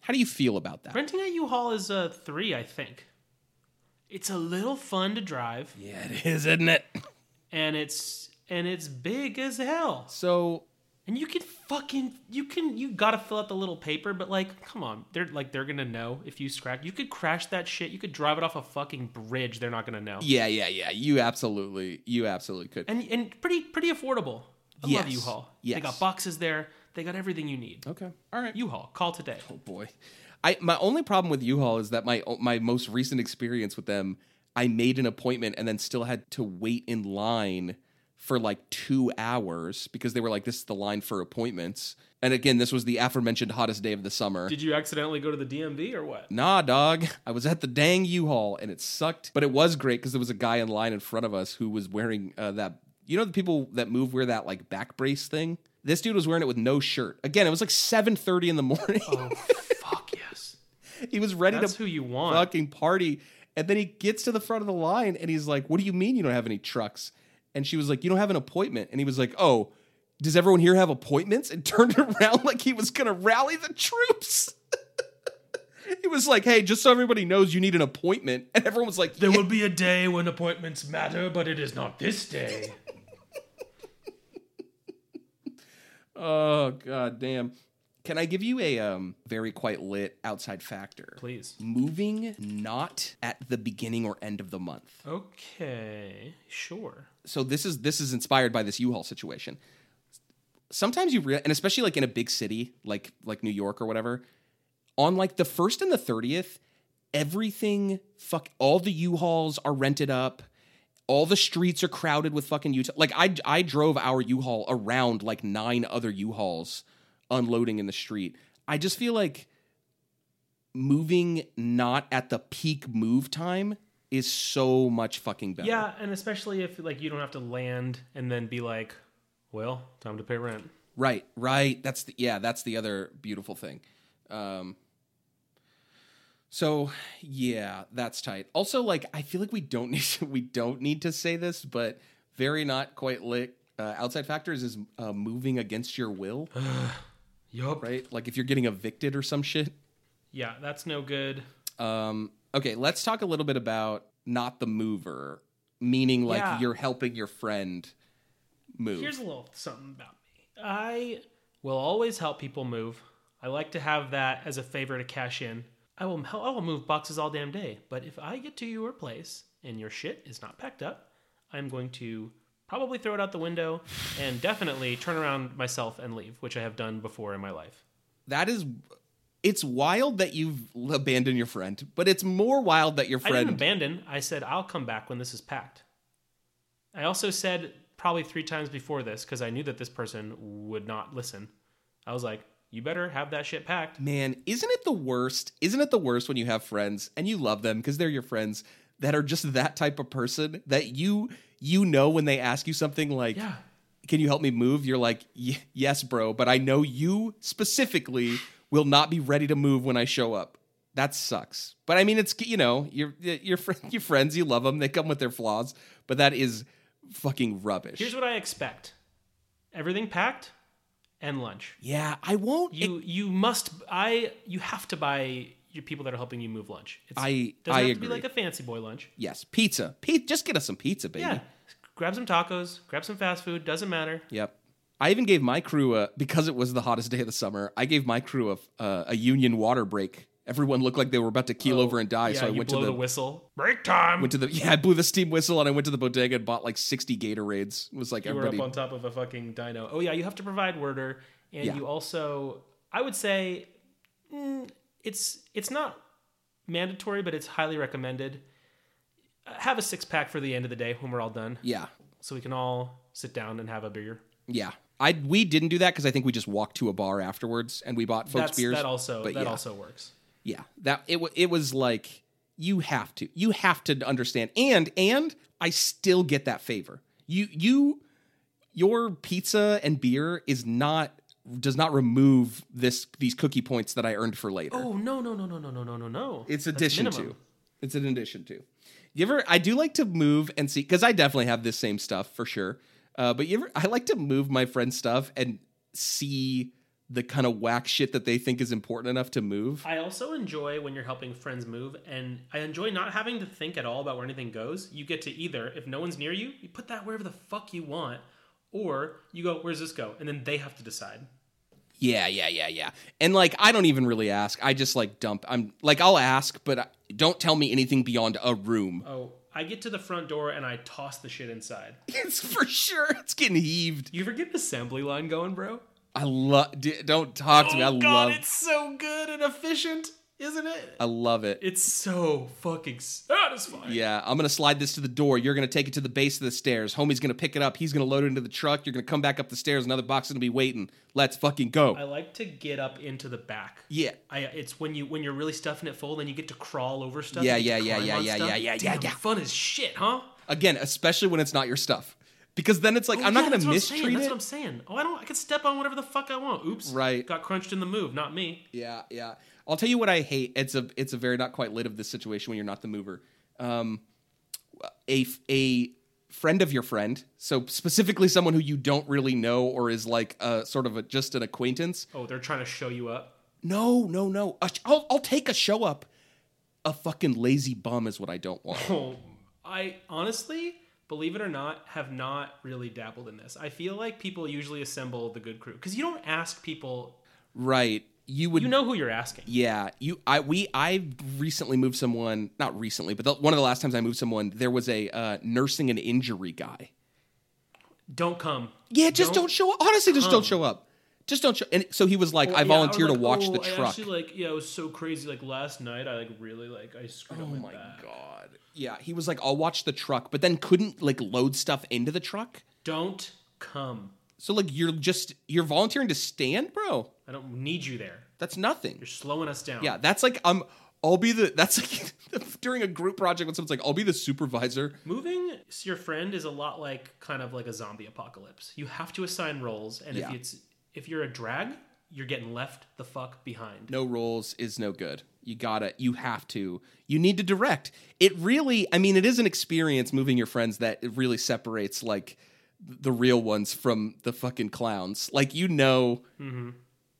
Speaker 1: How do you feel about that?
Speaker 2: Renting a U-Haul is a three, I think. It's a little fun to drive,
Speaker 1: Yeah, it is, isn't it?
Speaker 2: and it's and it's big as hell.
Speaker 1: So
Speaker 2: And you can fucking you can you gotta fill out the little paper, but like, come on, they're like they're gonna know if you scratch. You could crash that shit. You could drive it off a fucking bridge. They're not gonna know.
Speaker 1: yeah, yeah, yeah. You absolutely, you absolutely could.
Speaker 2: And and pretty pretty affordable. I love
Speaker 1: Yes.
Speaker 2: U-Haul. They
Speaker 1: Yes.
Speaker 2: got boxes there. They got everything you need.
Speaker 1: okay, all right.
Speaker 2: U-Haul. Call today.
Speaker 1: Oh boy, I my only problem with U-Haul is that my my most recent experience with them, I made an appointment and then still had to wait in line for like two hours because they were like, "This is the line for appointments." And again, this was the aforementioned hottest day of the summer.
Speaker 2: Did you accidentally go to the DMV or what?
Speaker 1: Nah, dog. I was at the dang U-Haul and it sucked, but it was great because there was a guy in line in front of us who was wearing uh, that. You know the people that move wear that like back brace thing. This dude was wearing it with no shirt. Again, it was like seven thirty in the morning.
Speaker 2: Oh fuck yes.
Speaker 1: he was ready
Speaker 2: That's
Speaker 1: to
Speaker 2: who you want.
Speaker 1: fucking party, and then he gets to the front of the line and he's like, "What do you mean you don't have any trucks?" And she was like, "You don't have an appointment." And he was like, "Oh, does everyone here have appointments?" And turned around like he was gonna rally the troops. He was like, hey, just so everybody knows, you need an appointment. And everyone was like,
Speaker 2: There will be a day when appointments matter, but it is not this day.
Speaker 1: oh, god damn. Can I give you a um, very quite lit outside factor?
Speaker 2: Please.
Speaker 1: Moving not at the beginning or end of the month.
Speaker 2: Okay, sure.
Speaker 1: So this is this is inspired by this U-Haul situation. Sometimes you real and especially like in a big city like like New York or whatever, on like the first and the thirtieth, everything fuck all the U-Hauls are rented up. All the streets are crowded with fucking Utah. Like I I drove our U-Haul around like nine other U-Hauls unloading in the street. I just feel like moving not at the peak move time is so much fucking better.
Speaker 2: Yeah, and especially if like you don't have to land and then be like, well, time to pay rent.
Speaker 1: Right, right. That's the yeah, that's the other beautiful thing. Um So yeah, that's tight. Also, like I feel like we don't need to, we don't need to say this, but very not quite lit. Uh, outside factors is uh, moving against your will,
Speaker 2: Yup.
Speaker 1: right? Like if you're getting evicted or some shit.
Speaker 2: Yeah, that's no good.
Speaker 1: Um, okay, let's talk a little bit about not the mover, meaning like
Speaker 2: Yeah.
Speaker 1: you're helping your friend move.
Speaker 2: Here's a little something about me. I will always help people move. I like to have that as a favor to cash in. I will hel- I will move boxes all damn day, but if I get to your place and your shit is not packed up, I'm going to probably throw it out the window and definitely turn around myself and leave, which I have done before in my life.
Speaker 1: that is, it's wild that you've abandoned your friend, but it's more wild that your
Speaker 2: I didn't
Speaker 1: friend
Speaker 2: abandon. I said I'll come back when this is packed. I also said probably three times before this because I knew that this person would not listen. I was like, "You better have that shit packed."
Speaker 1: Man, isn't it the worst? Isn't it the worst when you have friends and you love them because they're your friends that are just that type of person that you you know when they ask you something like,
Speaker 2: Yeah.
Speaker 1: "Can you help me move?" You're like, "Y- "Yes, bro," but I know you specifically will not be ready to move when I show up. That sucks. But I mean, it's you know, your your friend, your friends, you love them. They come with their flaws, but that is fucking rubbish.
Speaker 2: Here's what I expect: everything packed and lunch.
Speaker 1: yeah, I won't.
Speaker 2: You you must I you have to buy your people that are helping you move lunch. It's,
Speaker 1: I-
Speaker 2: doesn't
Speaker 1: I
Speaker 2: have to
Speaker 1: agree.
Speaker 2: be like a fancy boy lunch.
Speaker 1: yes, pizza. Pe- just get us some pizza, baby.
Speaker 2: Yeah, grab some tacos, grab some fast food. Doesn't matter.
Speaker 1: Yep. I even gave my crew a because it was the hottest day of the summer. I gave my crew a uh, a union water break. Everyone looked like they were about to keel over and die,
Speaker 2: Oh, yeah,
Speaker 1: so I
Speaker 2: you
Speaker 1: went to
Speaker 2: blow
Speaker 1: the,
Speaker 2: the whistle. Break time.
Speaker 1: went to the yeah I blew the steam whistle and I went to the bodega and bought like sixty Gatorades. It was like
Speaker 2: you were
Speaker 1: everybody
Speaker 2: up on top of a fucking dino. Oh yeah, you have to provide worder, and
Speaker 1: Yeah.
Speaker 2: you also, I would say, mm, it's it's not mandatory, but it's highly recommended. Uh, Have a six pack for the end of the day when we're all done,
Speaker 1: yeah
Speaker 2: so we can all sit down and have a beer.
Speaker 1: yeah. I we didn't do that because I think we just walked to a bar afterwards and we bought folks
Speaker 2: That's
Speaker 1: beers.
Speaker 2: that also
Speaker 1: but
Speaker 2: that
Speaker 1: yeah.
Speaker 2: also works.
Speaker 1: Yeah, that it wa- it was like you have to you have to understand and and I still get that favor. You you your pizza and beer is not does not remove this these cookie points that I earned for later.
Speaker 2: Oh no no no no no no no no no!
Speaker 1: it's
Speaker 2: That's
Speaker 1: addition
Speaker 2: minimum.
Speaker 1: to. It's an addition to. You ever I do like to move and see cuz I definitely have this same stuff for sure. Uh, but you ever I like to move my friend's stuff and see the kind of whack shit that they think is important enough to move.
Speaker 2: I also enjoy when you're helping friends move, and I enjoy not having to think at all about where anything goes. You get to either, if no one's near you, you put that wherever the fuck you want, or you go, where's this go? And then they have to decide.
Speaker 1: Yeah, yeah, yeah, yeah. And like, I don't even really ask. I just like dump. I'm like, I'll ask, but I- don't tell me anything beyond a room.
Speaker 2: Oh, I get to the front door and I toss the shit inside.
Speaker 1: It's for sure. It's getting heaved.
Speaker 2: You ever get an assembly line going, bro?
Speaker 1: I love. Don't talk to me. I
Speaker 2: Oh, God,
Speaker 1: love.
Speaker 2: it's so good and efficient, isn't it?
Speaker 1: I love it.
Speaker 2: It's so fucking satisfying.
Speaker 1: Yeah, I'm gonna slide this to the door. You're gonna take it to the base of the stairs. Homie's gonna pick it up. He's gonna load it into the truck. You're gonna come back up the stairs. Another box is gonna be waiting. Let's fucking go.
Speaker 2: I like to get up into the back.
Speaker 1: yeah.
Speaker 2: I, it's when you when you're really stuffing it full, then you get to crawl over stuff.
Speaker 1: Yeah,
Speaker 2: you get to
Speaker 1: yeah, yeah,
Speaker 2: climb
Speaker 1: yeah,
Speaker 2: on
Speaker 1: yeah,
Speaker 2: stuff.
Speaker 1: yeah, yeah, yeah,
Speaker 2: Damn,
Speaker 1: yeah.
Speaker 2: Fun as shit, huh?
Speaker 1: Again, especially when it's not your stuff, because then it's like I'm
Speaker 2: Oh, Yeah,
Speaker 1: not
Speaker 2: that's
Speaker 1: gonna
Speaker 2: what
Speaker 1: mistreat
Speaker 2: I'm saying,
Speaker 1: it.
Speaker 2: That's what I'm saying. Oh, I don't. I can step on whatever the fuck I want. Oops.
Speaker 1: Right.
Speaker 2: Got crunched in the move. Not me.
Speaker 1: Yeah, yeah. I'll tell you what I hate. It's a it's a very not quite lit of this situation when you're not the mover. Um, a f- a friend of your friend, so specifically someone who you don't really know or is like uh sort of a, just an acquaintance.
Speaker 2: Oh, they're trying to show you up.
Speaker 1: No, no, no. A sh- I'll I'll take a show up. A fucking lazy bum is what I don't want.
Speaker 2: Oh, I honestly, believe it or not, have not really dabbled in this. I feel like people usually assemble the good crew because you don't ask people.
Speaker 1: right? You would
Speaker 2: You know who you're asking.
Speaker 1: Yeah, you, I, we, I recently moved someone. Not recently, but the, one of the last times I moved someone, there was a uh, nursing an injury guy.
Speaker 2: Don't come.
Speaker 1: Yeah, just don't, show up. Honestly, just don't show up. Just don't show. And so he was like,
Speaker 2: Or,
Speaker 1: I
Speaker 2: yeah, or
Speaker 1: volunteer
Speaker 2: like,
Speaker 1: to watch
Speaker 2: oh,
Speaker 1: the
Speaker 2: I
Speaker 1: truck.
Speaker 2: actually, like, yeah, it was so crazy. Like last night, I like really like I screwed up
Speaker 1: oh
Speaker 2: with
Speaker 1: my
Speaker 2: that.
Speaker 1: god. Yeah, he was like, I'll watch the truck, but then couldn't like load stuff into the truck.
Speaker 2: Don't come.
Speaker 1: So like, you're just you're volunteering to stand, bro.
Speaker 2: I don't need you there.
Speaker 1: That's nothing.
Speaker 2: You're slowing us down.
Speaker 1: Yeah, that's like I'm. I'll be the. That's like during a group project when someone's like, I'll be the supervisor.
Speaker 2: Moving s- your friend is a lot like kind of like a zombie apocalypse. You have to assign roles, and
Speaker 1: Yeah.
Speaker 2: if it's if you're a drag, you're getting left the fuck behind.
Speaker 1: no roles is no good. You gotta, you have to, you need to direct. It really, I mean, it is an experience moving your friends that it really separates like the real ones from the fucking clowns. Like, you know,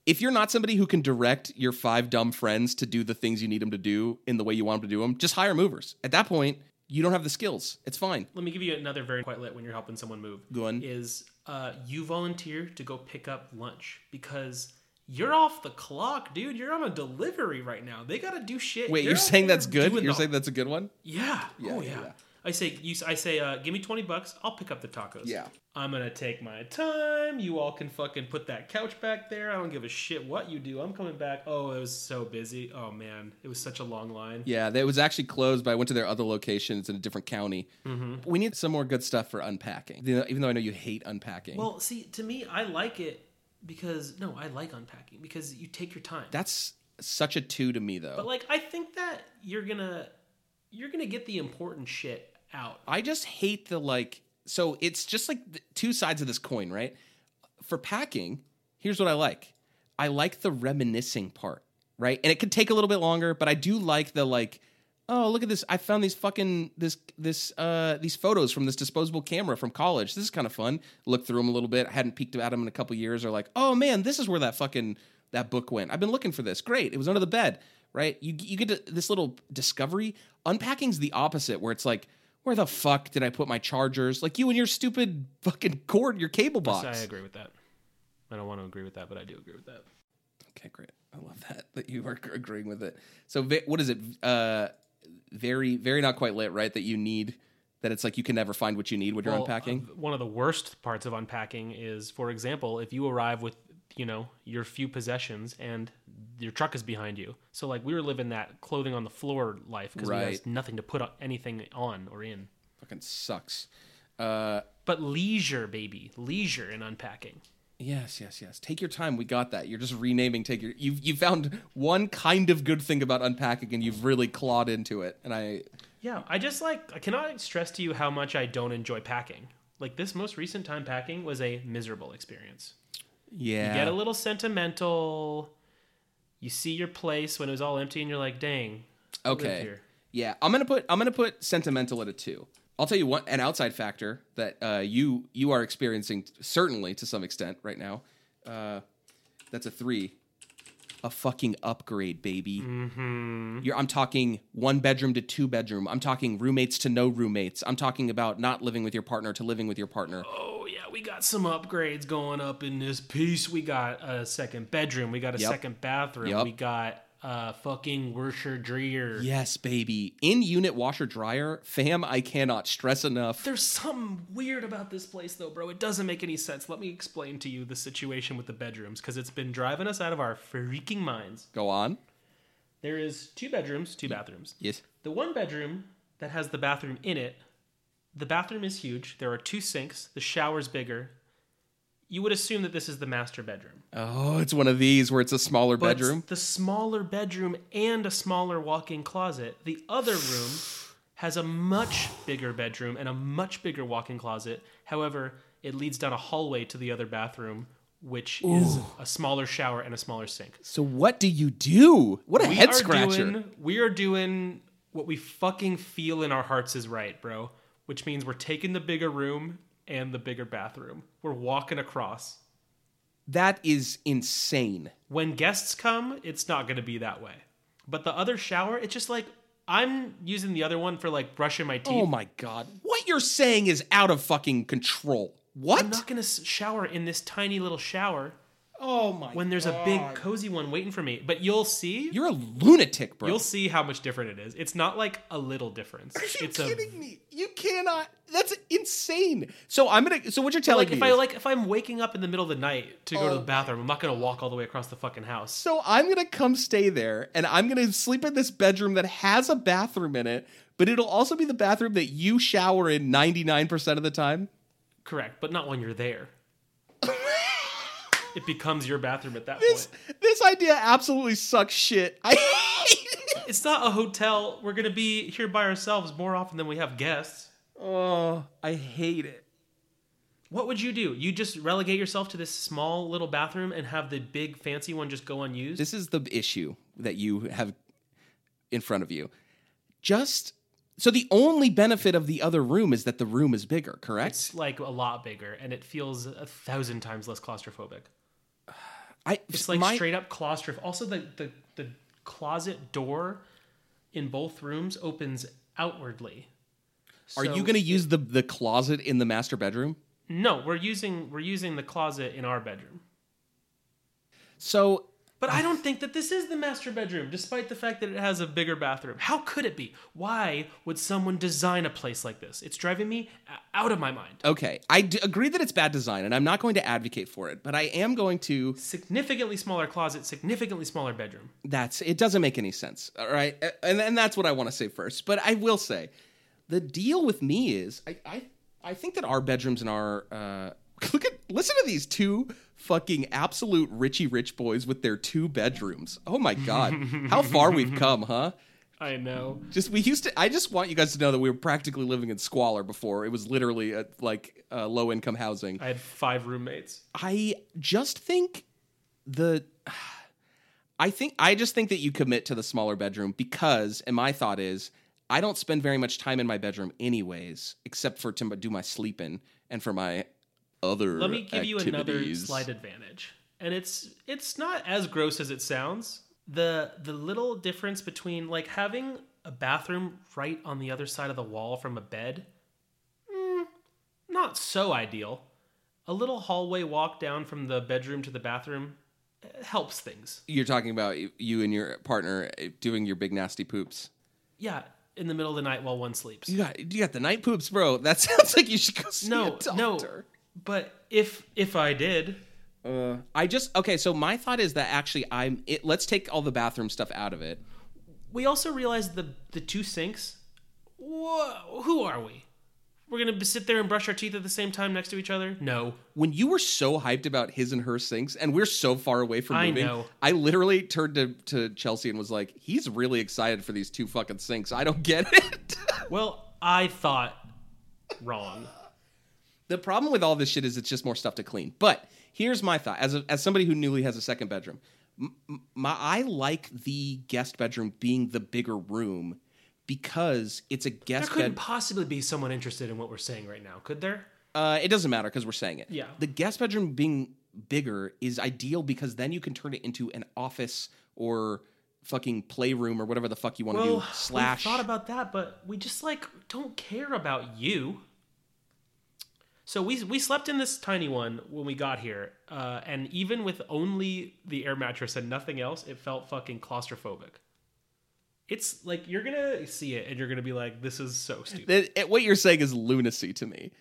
Speaker 1: if you're not somebody who can direct your five dumb friends to do the things you need them to do in the way you want them to do them, just hire movers. At that point, you don't have the skills. It's fine.
Speaker 2: Let me give you another very quite lit when you're helping someone move.
Speaker 1: Go on.
Speaker 2: Is uh, you volunteer to go pick up lunch because you're off the clock, dude. You're on a delivery right now. They gotta do shit.
Speaker 1: Wait, you're,
Speaker 2: out
Speaker 1: saying
Speaker 2: there
Speaker 1: that's good?
Speaker 2: doing
Speaker 1: You're
Speaker 2: the-
Speaker 1: saying that's a good one?
Speaker 2: Yeah. oh
Speaker 1: yeah,
Speaker 2: yeah.
Speaker 1: yeah.
Speaker 2: I say you. s- I say, uh, give me twenty bucks. I'll pick up the tacos.
Speaker 1: Yeah.
Speaker 2: I'm gonna take my time. You all can fucking put that couch back there. I don't give a shit what you do. I'm coming back. Oh, it was so busy. Oh man, it was such a long line.
Speaker 1: Yeah, that was actually closed, but I went to their other locations in a different county.
Speaker 2: Mm-hmm.
Speaker 1: We need some more good stuff for unpacking, you know, even though I know you hate unpacking.
Speaker 2: Well, see, to me, I like it because no, I like unpacking because you take your time.
Speaker 1: that's such a two to me, though.
Speaker 2: but like, I think that you're gonna you're gonna get the important shit out.
Speaker 1: I just hate the like. So it's just like the two sides of this coin, right? For packing, here's what I like. I like the reminiscing part, right? And it could take a little bit longer, but I do like the like. Oh, look at this! I found these fucking this this uh these photos from this disposable camera from college. This is kind of fun. Look through them a little bit. I hadn't peeked at them in a couple years. Or like, oh man, this is where that fucking that book went. I've been looking for this. Great, it was under the bed, right? You you get to this little discovery. Unpacking's the opposite, where it's like, where the fuck did I put my chargers? Like you and your stupid fucking cord, your cable box.
Speaker 2: I agree with that. I don't want to agree with that, but I do agree with that.
Speaker 1: Okay, great. I love that that you are agreeing with it. So ve- what is it? Uh, very, very not quite lit, right? That you need that it's like you can never find what you need when you're
Speaker 2: Well,
Speaker 1: unpacking.
Speaker 2: uh, one of the worst parts of unpacking is, for example, if you arrive with you know your few possessions and your truck is behind you. So like we were living that clothing on the floor life because we
Speaker 1: Right.
Speaker 2: had nothing to put o- anything on or in.
Speaker 1: Fucking sucks. Uh,
Speaker 2: But leisure, baby, leisure in unpacking.
Speaker 1: yes, yes, yes. Take your time. We got that. You're just renaming. Take your. You you found one kind of good thing about unpacking, and you've really clawed into it. And I
Speaker 2: Yeah, I just like I cannot stress to you how much I don't enjoy packing. Like this most recent time packing was a miserable experience.
Speaker 1: yeah.
Speaker 2: get a little sentimental. You see your place when it was all empty, and you're like, "Dang." I lived
Speaker 1: Okay.
Speaker 2: here.
Speaker 1: Yeah, I'm gonna put I'm gonna put sentimental at a two. I'll tell you one an outside factor that uh, you you are experiencing certainly to some extent right now. Uh, that's a three. A fucking upgrade, baby.
Speaker 2: Mm-hmm.
Speaker 1: You're, I'm talking one bedroom to two bedroom. I'm talking roommates to no roommates. I'm talking about not living with your partner to living with your partner.
Speaker 2: Oh yeah, we got some upgrades going up in this piece. We got a second bedroom. We got a
Speaker 1: Yep.
Speaker 2: second bathroom.
Speaker 1: Yep.
Speaker 2: We got a fucking Worsher Dreer.
Speaker 1: Yes, baby. In unit washer dryer, fam. I cannot stress enough.
Speaker 2: There's something weird about this place, though, bro. It doesn't make any sense. Let me explain to you the situation with the bedrooms because it's been driving us out of our freaking minds.
Speaker 1: Go on.
Speaker 2: There is two bedrooms, two bathrooms.
Speaker 1: Yes.
Speaker 2: The one bedroom that has the bathroom in it, the bathroom is huge. There are two sinks. The shower's bigger. You would assume that this is the master bedroom.
Speaker 1: Oh, it's one of these where it's a smaller
Speaker 2: But
Speaker 1: bedroom.
Speaker 2: The smaller bedroom and a smaller walk in closet. The other room has a much bigger bedroom and a much bigger walk in closet. However, it leads down a hallway to the other bathroom, which is a smaller shower and a smaller sink.
Speaker 1: So what do you do? What a
Speaker 2: We
Speaker 1: head
Speaker 2: are
Speaker 1: scratcher.
Speaker 2: Doing, we are doing what we fucking feel in our hearts is right, bro. Which means we're taking the bigger room and the bigger bathroom. We're walking across.
Speaker 1: That is insane.
Speaker 2: When guests come, it's not going to be that way. But the other shower, it's just like I'm using the other one for like brushing my teeth.
Speaker 1: Oh my god. What you're saying is out of fucking control. Oh, What?
Speaker 2: I'm not going to shower in this tiny little shower
Speaker 1: oh my
Speaker 2: when there's a big cozy one waiting for me. But you'll see.
Speaker 1: You're a lunatic, bro.
Speaker 2: You'll see how much different it is. It's not like a little difference.
Speaker 1: Are you
Speaker 2: it's a
Speaker 1: kidding me? You cannot. That's insane. So I'm gonna so what you're telling
Speaker 2: like
Speaker 1: me
Speaker 2: if I
Speaker 1: is-
Speaker 2: like if I'm waking up in the middle of the night to go to the bathroom, I'm not gonna walk all the way across the fucking house.
Speaker 1: so I'm gonna come stay there and I'm gonna sleep in this bedroom that has a bathroom in it, but it'll also be the bathroom that you shower in 99% of the time.
Speaker 2: Correct, but not when you're there. It becomes your bathroom at that
Speaker 1: This
Speaker 2: point.
Speaker 1: this idea absolutely sucks shit. I hate it.
Speaker 2: It's not a hotel. We're gonna be here by ourselves more often than we have guests.
Speaker 1: Oh, I hate it.
Speaker 2: What would you do? You just relegate yourself to this small little bathroom and have the big fancy one just go unused?
Speaker 1: This is the issue that you have in front of you. Just so the only benefit of the other room is that the room is bigger, correct?
Speaker 2: it's like a lot bigger and it feels a thousand times less claustrophobic.
Speaker 1: I
Speaker 2: It's like
Speaker 1: my-
Speaker 2: straight up claustrophobic. Also, the, the, the closet door in both rooms opens outwardly.
Speaker 1: Are
Speaker 2: So-
Speaker 1: you going to use the the closet in the master bedroom?
Speaker 2: No, we're using we're using the closet in our bedroom.
Speaker 1: So
Speaker 2: But I don't think that this is the master bedroom, despite the fact that it has a bigger bathroom. How could it be? Why would someone design a place like this? It's driving me a- out of my mind.
Speaker 1: okay, I d- agree that it's bad design, and I'm not going to advocate for it, but I am going to
Speaker 2: Significantly smaller closet, significantly smaller bedroom.
Speaker 1: that's it doesn't make any sense all right A- and, and that's what i want to say first but i will say the deal with me is i i, I think that our bedrooms and our uh look at listen to these two fucking absolute richie rich boys with their two bedrooms oh my god how far we've come huh
Speaker 2: I know.
Speaker 1: just we used to i just want you guys to know that we were practically living in squalor before it was literally uh like uh, low income housing
Speaker 2: I had five roommates.
Speaker 1: I just think the I think I just think that you commit to the smaller bedroom because and my thought is I don't spend very much time in my bedroom anyways except for to do my sleeping and for my other
Speaker 2: Let me give you another
Speaker 1: activities.
Speaker 2: slight advantage. And it's it's not as gross as it sounds. The the little difference between like having a bathroom right on the other side of the wall from a bed, mm, not so ideal. A little hallway walk down from the bedroom to the bathroom eh, helps things.
Speaker 1: You're talking about you and your partner eh, doing your big nasty poops.
Speaker 2: Yeah, in the middle of the night while one sleeps.
Speaker 1: You got you got the night poops, bro. That sounds like you should go see
Speaker 2: No,
Speaker 1: a
Speaker 2: no.
Speaker 1: doctor.
Speaker 2: But if if I did,
Speaker 1: Uh, I just okay. So my thought is that actually I'm. It, let's take all the bathroom stuff out of it.
Speaker 2: we also realized the the two sinks. Whoa, who are we? We're gonna b- sit there and brush our teeth at the same time next to each other? No.
Speaker 1: when you were so hyped about his and her sinks, and we're so far away from
Speaker 2: I
Speaker 1: moving,
Speaker 2: know.
Speaker 1: I literally turned to, to Chelsea and was like, "He's really excited for these two fucking sinks. I don't get it."
Speaker 2: Well, I thought wrong.
Speaker 1: the problem with all this shit is it's just more stuff to clean. But here's my thought: as a, as somebody who newly has a second bedroom, m- m- my I like the guest bedroom being the bigger room because it's a
Speaker 2: There
Speaker 1: guest
Speaker 2: couldn't
Speaker 1: bed.
Speaker 2: possibly be someone interested in what we're saying right now, could there?
Speaker 1: Uh, it doesn't matter because we're saying it.
Speaker 2: Yeah.
Speaker 1: The guest bedroom being bigger is ideal because then you can turn it into an office or fucking playroom or whatever the fuck you want to
Speaker 2: Well,
Speaker 1: do. Slash.
Speaker 2: we thought about that, but we just like don't care about you. So we we slept in this tiny one when we got here, uh, and even with only the air mattress and nothing else, it felt fucking claustrophobic. It's like you're gonna see it and you're gonna be like, "This is so stupid."
Speaker 1: That- it- eh, what you're saying is lunacy to me.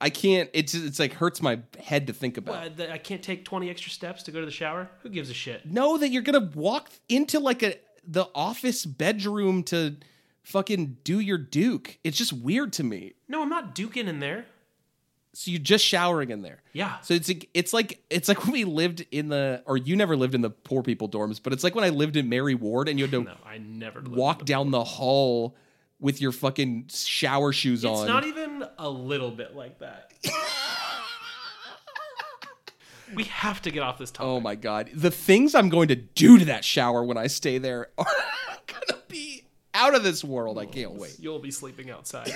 Speaker 1: I can't. It's it's like hurts my head to think about.
Speaker 2: Uh, th- I can't take twenty extra steps to go to the shower. Who gives a shit?
Speaker 1: Know that you're gonna walk into like a the office bedroom to fucking do your duke. It's just weird to me.
Speaker 2: No, I'm not duking in there.
Speaker 1: So you're just showering in there.
Speaker 2: Yeah,
Speaker 1: So it's like it's like it's like when we lived in the or you never lived in the poor people dorms, but it's like when I lived in Mary Ward and you had to
Speaker 2: no, I never lived
Speaker 1: walk down the hall with your fucking shower shoes
Speaker 2: It's
Speaker 1: on.
Speaker 2: not e- even a little bit like that. we have to get off this topic.
Speaker 1: oh my god, the things I'm going to do to that shower when I stay there are gonna be out of this world. I can't wait.
Speaker 2: You'll be sleeping outside.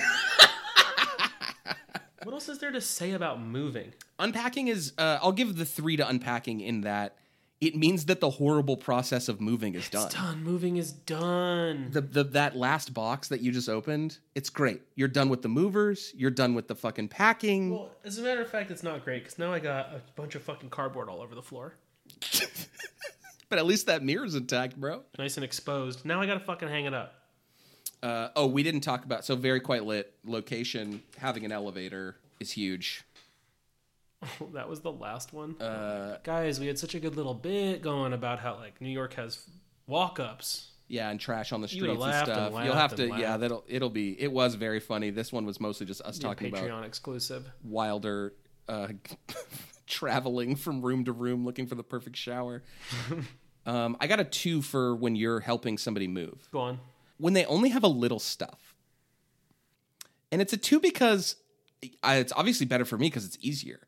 Speaker 2: what else is there to say about moving?
Speaker 1: Unpacking is uh, I'll give the three to unpacking in that it means that the horrible process of moving is done.
Speaker 2: It's done. Moving is done.
Speaker 1: the, the that last box that you just opened, it's great. You're done with the movers. You're done with the fucking packing.
Speaker 2: Well, as a matter of fact, it's not great because now I got a bunch of fucking cardboard all over the floor.
Speaker 1: but at least that mirror's intact, bro.
Speaker 2: Nice and exposed. Now I gotta fucking hang it up.
Speaker 1: Uh, oh, we didn't talk about so very quite lit location. Having an elevator is huge.
Speaker 2: that was the last one.
Speaker 1: Uh,
Speaker 2: Guys, we had such a good little bit going about how like New York has walk ups.
Speaker 1: Yeah, and trash on the
Speaker 2: would've
Speaker 1: streets and
Speaker 2: laughed and
Speaker 1: stuff. You'll
Speaker 2: laughed
Speaker 1: have to.
Speaker 2: and
Speaker 1: Yeah,
Speaker 2: laughed.
Speaker 1: that'll it'll be. It was very funny. This one was mostly just us talking
Speaker 2: Patreon
Speaker 1: about
Speaker 2: exclusive.
Speaker 1: Wilder uh, traveling from room to room looking for the perfect shower. um, I got a two for when you're helping somebody move.
Speaker 2: Go on.
Speaker 1: when they only have a little stuff. And it's a two because I, it's obviously better for me because it's easier.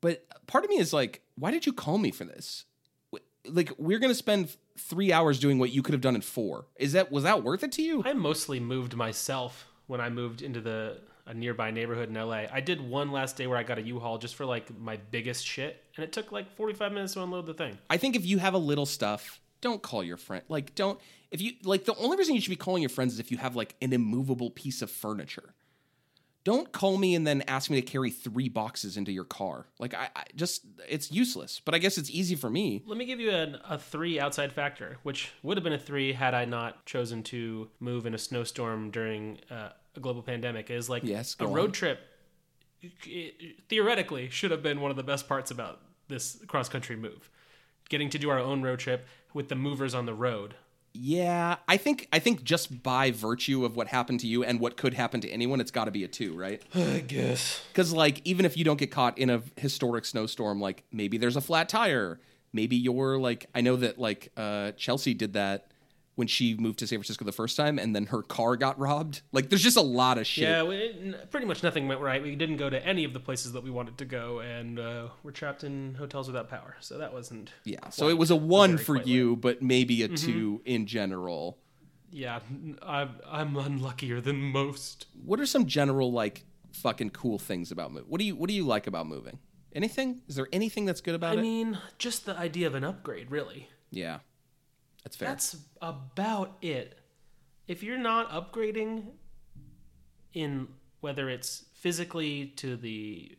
Speaker 1: But part of me is like, why did you call me for this? W- Like, we're gonna spend three hours doing what you could have done in four. Is that was that worth it to you?
Speaker 2: I mostly moved myself when I moved into the a nearby neighborhood in LA. I did one last day where I got a U-Haul just for like my biggest shit, and it took like 45 minutes to unload the thing.
Speaker 1: I think if you have a little stuff, don't call your friend. Like, don't if you like the only reason you should be calling your friends is if you have like an immovable piece of furniture. Don't call me and then ask me to carry three boxes into your car. Like, I, I just it's useless. But I guess it's easy for me.
Speaker 2: Let me give you an, a three outside factor, which would have been a three had I not chosen to move in a snowstorm during uh, a global pandemic. Is like
Speaker 1: Yes,
Speaker 2: a
Speaker 1: go
Speaker 2: road
Speaker 1: on.
Speaker 2: trip it- theoretically should have been one of the best parts about this cross country move. Getting to do our own road trip with the movers on the road.
Speaker 1: Yeah, I think I think just by virtue of what happened to you and what could happen to anyone, it's got to be a two, right?
Speaker 2: I guess.
Speaker 1: Because like even if you don't get caught in a historic snowstorm, like maybe there's a flat tire, maybe you're like I know that like uh, Chelsea did that when she moved to San Francisco the first time, and then her car got robbed. Like there's just a lot of shit.
Speaker 2: Yeah, we, n- pretty much nothing went right. We didn't go to any of the places that we wanted to go, and uh, we're trapped in hotels without power. So that wasn't.
Speaker 1: Yeah, so it was a one
Speaker 2: very
Speaker 1: for
Speaker 2: quite Mm-hmm.
Speaker 1: you, but maybe a two in general.
Speaker 2: Yeah, n- I'm, I'm unluckier than most.
Speaker 1: What are some general like fucking cool things about moving? What do you what do you like about moving? Anything? Is there anything that's good about
Speaker 2: I
Speaker 1: it?
Speaker 2: mean, just the idea of an upgrade, really.
Speaker 1: Yeah, that's fair.
Speaker 2: That's about it. If you're not upgrading in whether it's physically to the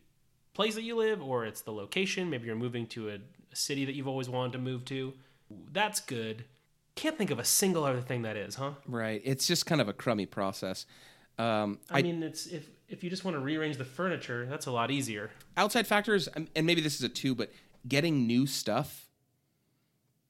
Speaker 2: place that you live or it's the location, maybe you're moving to a, a city that you've always wanted to move to, that's good. Can't think of a single other thing that is, huh?
Speaker 1: right. It's just kind of a crummy process. Um,
Speaker 2: I, mean, it's if if you just want to rearrange the furniture, that's a lot easier.
Speaker 1: outside factors, um, and maybe this is a two, but getting new stuff.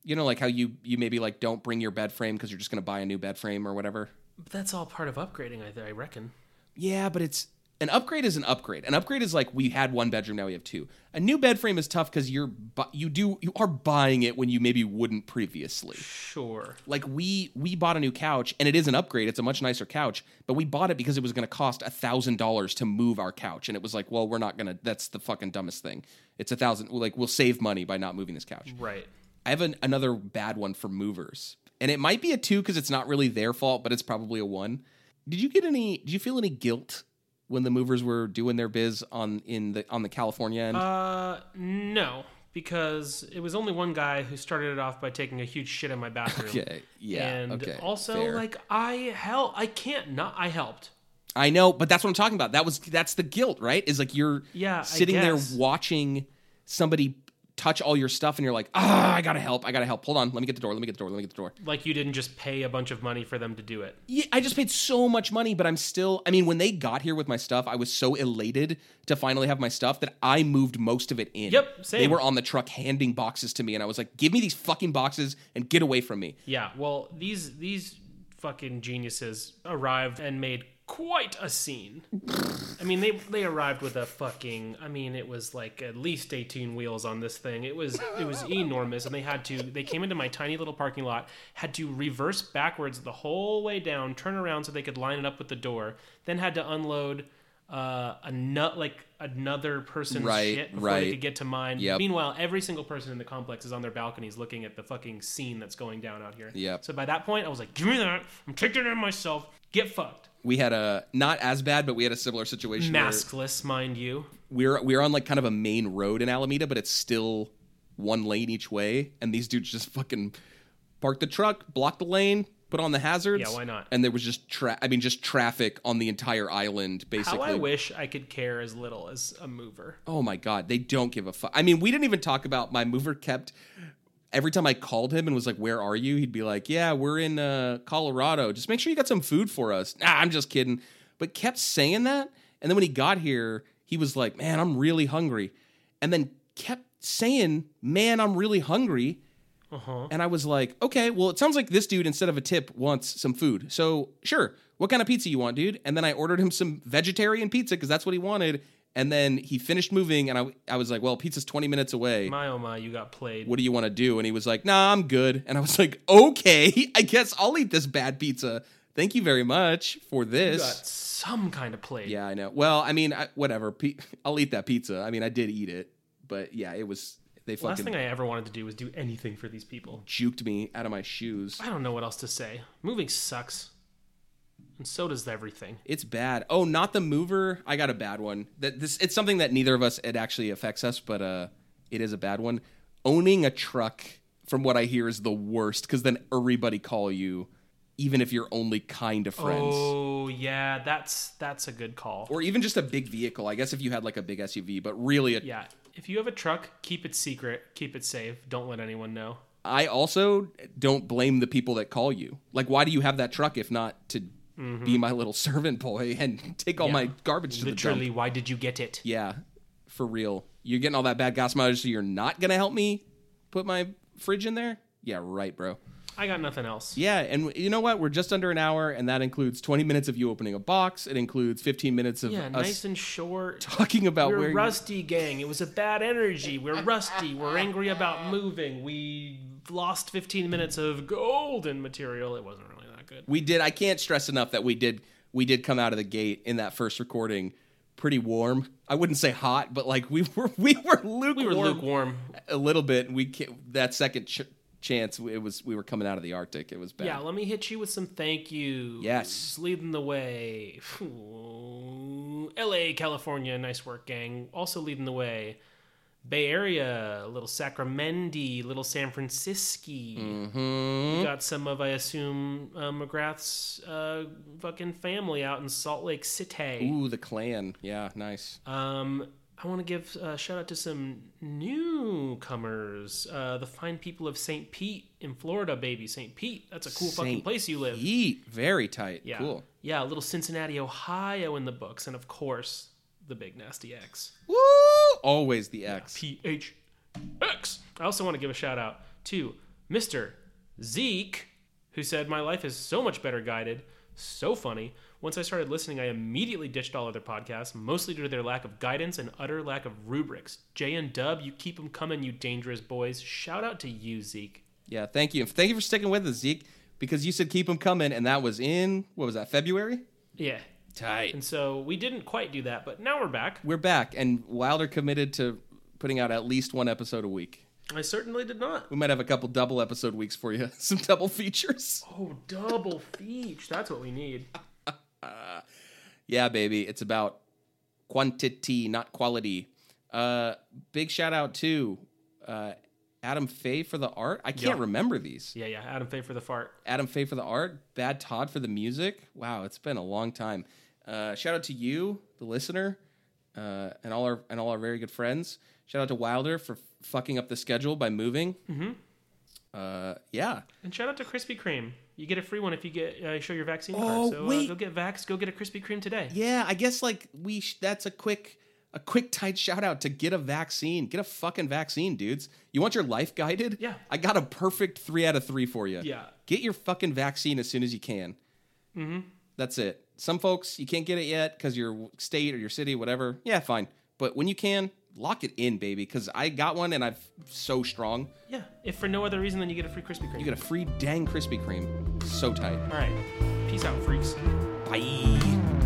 Speaker 1: You know, like how you you maybe like don't bring your bed frame because you're just going to buy a new bed frame or whatever.
Speaker 2: But that's all part of upgrading, I, I reckon.
Speaker 1: Yeah, but it's an upgrade is an upgrade. An upgrade is like we had one bedroom, now we have two. A new bed frame is tough because you're bu- you do you are buying it when you maybe wouldn't previously.
Speaker 2: Sure.
Speaker 1: Like we we bought a new couch and it is an upgrade. It's a much nicer couch, but we bought it because it was going to cost a thousand dollars to move our couch, and it was like, well, we're not gonna. That's the fucking dumbest thing. It's a thousand. Like we'll save money by not moving this couch.
Speaker 2: Right.
Speaker 1: I have an, another bad one for movers, and it might be a two because it's not really their fault, but it's probably a one. Did you get any? Did you feel any guilt when the movers were doing their biz on in the on the California end?
Speaker 2: Uh, no, because it was only one guy who started it off by taking a huge shit in my bathroom.
Speaker 1: okay, yeah,
Speaker 2: And
Speaker 1: okay.
Speaker 2: also,
Speaker 1: fair.
Speaker 2: like, I help. I can't not. I helped.
Speaker 1: I know, but that's what I'm talking about. That was that's the guilt, right? Is like you're
Speaker 2: Yeah, I
Speaker 1: sitting there
Speaker 2: guess.
Speaker 1: watching somebody touch all your stuff, and you're like, ah, I gotta help, I gotta help. Hold on, let me get the door, let me get the door, let me get the door.
Speaker 2: Like, you didn't just pay a bunch of money for them to do it.
Speaker 1: Yeah, I just paid so much money, but I'm still. I mean, when they got here with my stuff, I was so elated to finally have my stuff that I moved most of it in.
Speaker 2: Yep, same.
Speaker 1: They were on the truck handing boxes to me, and I was like, "Give me these fucking boxes and get away from me."
Speaker 2: Yeah. Well, these these fucking geniuses arrived and made quite a scene. I mean, they they arrived with a fucking. I mean, it was like at least eighteen wheels on this thing. It was it was enormous, and they had to. They came into my tiny little parking lot, had to reverse backwards the whole way down, turn around so they could line it up with the door, then had to unload. Uh, a nut like another person's
Speaker 1: Right,
Speaker 2: shit before
Speaker 1: right.
Speaker 2: they could get to mine.
Speaker 1: Yep.
Speaker 2: Meanwhile, every single person in the complex is on their balconies looking at the fucking scene that's going down out here.
Speaker 1: Yep.
Speaker 2: So by that point, I was like, give me that. I'm taking it myself. Get fucked.
Speaker 1: We had a not as bad, but we had a similar situation. where
Speaker 2: Maskless, mind you.
Speaker 1: We're we're on like kind of a main road in Alameda, but it's still one lane each way, and these dudes just fucking parked the truck, blocked the lane, put on the hazards.
Speaker 2: Yeah, why not?
Speaker 1: And there was just tra- I mean, just traffic on the entire island, basically.
Speaker 2: How I wish I could care as little as a mover.
Speaker 1: Oh my god, they don't give a fuck. I mean, we didn't even talk about my mover kept every time I called him and was like, "Where are you?" He'd be like, "Yeah, we're in uh, Colorado. Just make sure you got some food for us." Nah, I'm just kidding. But kept saying that, and then when he got here, he was like, "Man, I'm really hungry," and then kept saying, "Man, I'm really hungry."
Speaker 2: Uh huh.
Speaker 1: And I was like, okay, well, it sounds like this dude, instead of a tip, wants some food. So, sure, what kind of pizza you want, dude? And then I ordered him some vegetarian pizza because that's what he wanted. And then he finished moving, and I, I was like, well, pizza's 20 minutes away.
Speaker 2: My oh my, you got played.
Speaker 1: What do you want to do? And he was like, nah, I'm good. And I was like, okay, I guess I'll eat this bad pizza thank you very much for this.
Speaker 2: Got some kind of plate.
Speaker 1: Yeah, I know. Well, I mean, I, whatever. P- I'll eat that pizza. I mean, I did eat it, but yeah, it was they
Speaker 2: Last
Speaker 1: fucking
Speaker 2: thing I ever wanted to do was do anything for these people.
Speaker 1: juked me out of my shoes.
Speaker 2: I don't know what else to say. Moving sucks. And so does everything.
Speaker 1: It's bad. Oh, not the mover. I got a bad one. That this it's something that neither of us it actually affects us, but uh it is a bad one. Owning a truck from what I hear is the worst cuz then everybody call you even if you're only kind of friends.
Speaker 2: Oh yeah, that's that's a good call.
Speaker 1: Or even just a big vehicle. I guess if you had like a big SUV, but really a
Speaker 2: yeah. If you have a truck, keep it secret, keep it safe, don't let anyone know.
Speaker 1: I also don't blame the people that call you. Like, why do you have that truck if not to
Speaker 2: Mm-hmm.
Speaker 1: be my little servant boy and take all my garbage to the
Speaker 2: Literally,
Speaker 1: dump?
Speaker 2: why did you get it?
Speaker 1: Yeah, for real. You're getting all that bad gossip out, of it, so you're not gonna help me put my fridge in there? Yeah, right, bro.
Speaker 2: I got nothing else.
Speaker 1: Yeah, and you know what? We're just under an hour, and that includes 20 minutes of you opening a box. It includes 15 minutes of
Speaker 2: Yeah,
Speaker 1: us
Speaker 2: nice and short.
Speaker 1: talking about where
Speaker 2: We're
Speaker 1: you-
Speaker 2: rusty, gang. It was a bad energy. We're rusty. We're angry about moving. We lost 15 minutes of golden material. It wasn't really that good.
Speaker 1: we did. I can't stress enough that we did. We did come out of the gate in that first recording pretty warm. I wouldn't say hot, but like we were we were lukewarm.
Speaker 2: We were lukewarm.
Speaker 1: a little bit. We ca that second ch- chance, it was we were coming out of the Arctic. It was bad.
Speaker 2: Yeah, let me hit you with some thank yous.
Speaker 1: Yes.
Speaker 2: Leading the way. Ooh. LA, California, nice work, gang. Also leading the way. Bay Area, little Sacramento, little San Francisco.
Speaker 1: Mm-hmm.
Speaker 2: We got some of, I assume, uh, McGrath's uh, fucking family out in Salt Lake City.
Speaker 1: Ooh, the clan. Yeah, nice.
Speaker 2: Um, I want to give a shout out to some newcomers, uh, the fine people of St. Pete in Florida, baby. St. Pete, that's a cool fucking
Speaker 1: Saint
Speaker 2: place you live.
Speaker 1: Eat very tight.
Speaker 2: Yeah.
Speaker 1: Cool.
Speaker 2: Yeah, a little Cincinnati, Ohio in the books, and of course the big nasty X.
Speaker 1: Woo! Always the X.
Speaker 2: P H X. I also want to give a shout out to Mr. Zeke, who said, My life is so much better guided, so funny. Once I started listening, I immediately ditched all other podcasts, mostly due to their lack of guidance and utter lack of rubrics. J and Dub, you keep them coming, you dangerous boys. Shout out to you, Zeke.
Speaker 1: Yeah. Thank you. Thank you for sticking with us, Zeke. Because you said keep them coming, and that was in what was that February?
Speaker 2: Yeah.
Speaker 1: Tight.
Speaker 2: And so we didn't quite do that, but now we're back.
Speaker 1: We're back, and Wilder committed to putting out at least one episode a week.
Speaker 2: I certainly did not.
Speaker 1: We might have a couple double episode weeks for you. Some double features.
Speaker 2: Oh, double feach. That's what we need.
Speaker 1: Yeah, baby. It's about quantity, not quality. Uh, big shout out to uh, Adam Fay for the art. I can't
Speaker 2: Yeah.
Speaker 1: remember these.
Speaker 2: Yeah, yeah. Adam Faye for the fart.
Speaker 1: Adam Fay for the art, Bad Todd for the music. Wow, it's been a long time. Uh, shout out to you, the listener, uh, and all our and all our very good friends. Shout out to Wilder for fucking up the schedule by moving. Mm-hmm. Uh, yeah.
Speaker 2: And shout out to Krispy Kreme. You get a free one if you get uh, show your vaccine
Speaker 1: Oh,
Speaker 2: card. So
Speaker 1: wait.
Speaker 2: Uh, go get vax. Go get a Krispy Kreme today.
Speaker 1: Yeah, I guess like we sh- that's a quick a quick tight shout out to get a vaccine. Get a fucking vaccine, dudes. You want your life guided?
Speaker 2: Yeah.
Speaker 1: I got a perfect 3 out of 3 for you.
Speaker 2: Yeah. Mm-hmm.
Speaker 1: Get your fucking vaccine as soon as you can. Mhm. That's it. Some folks you can't get it yet cuz your state or your city whatever. Yeah, fine. But when you can, lock it in, baby, cuz I got one and I'm so strong.
Speaker 2: Yeah. If for no other reason than you get a free Krispy Kreme.
Speaker 1: You get a free dang Krispy Kreme. So tight.
Speaker 2: All right. Peace out, freaks.
Speaker 1: Bye.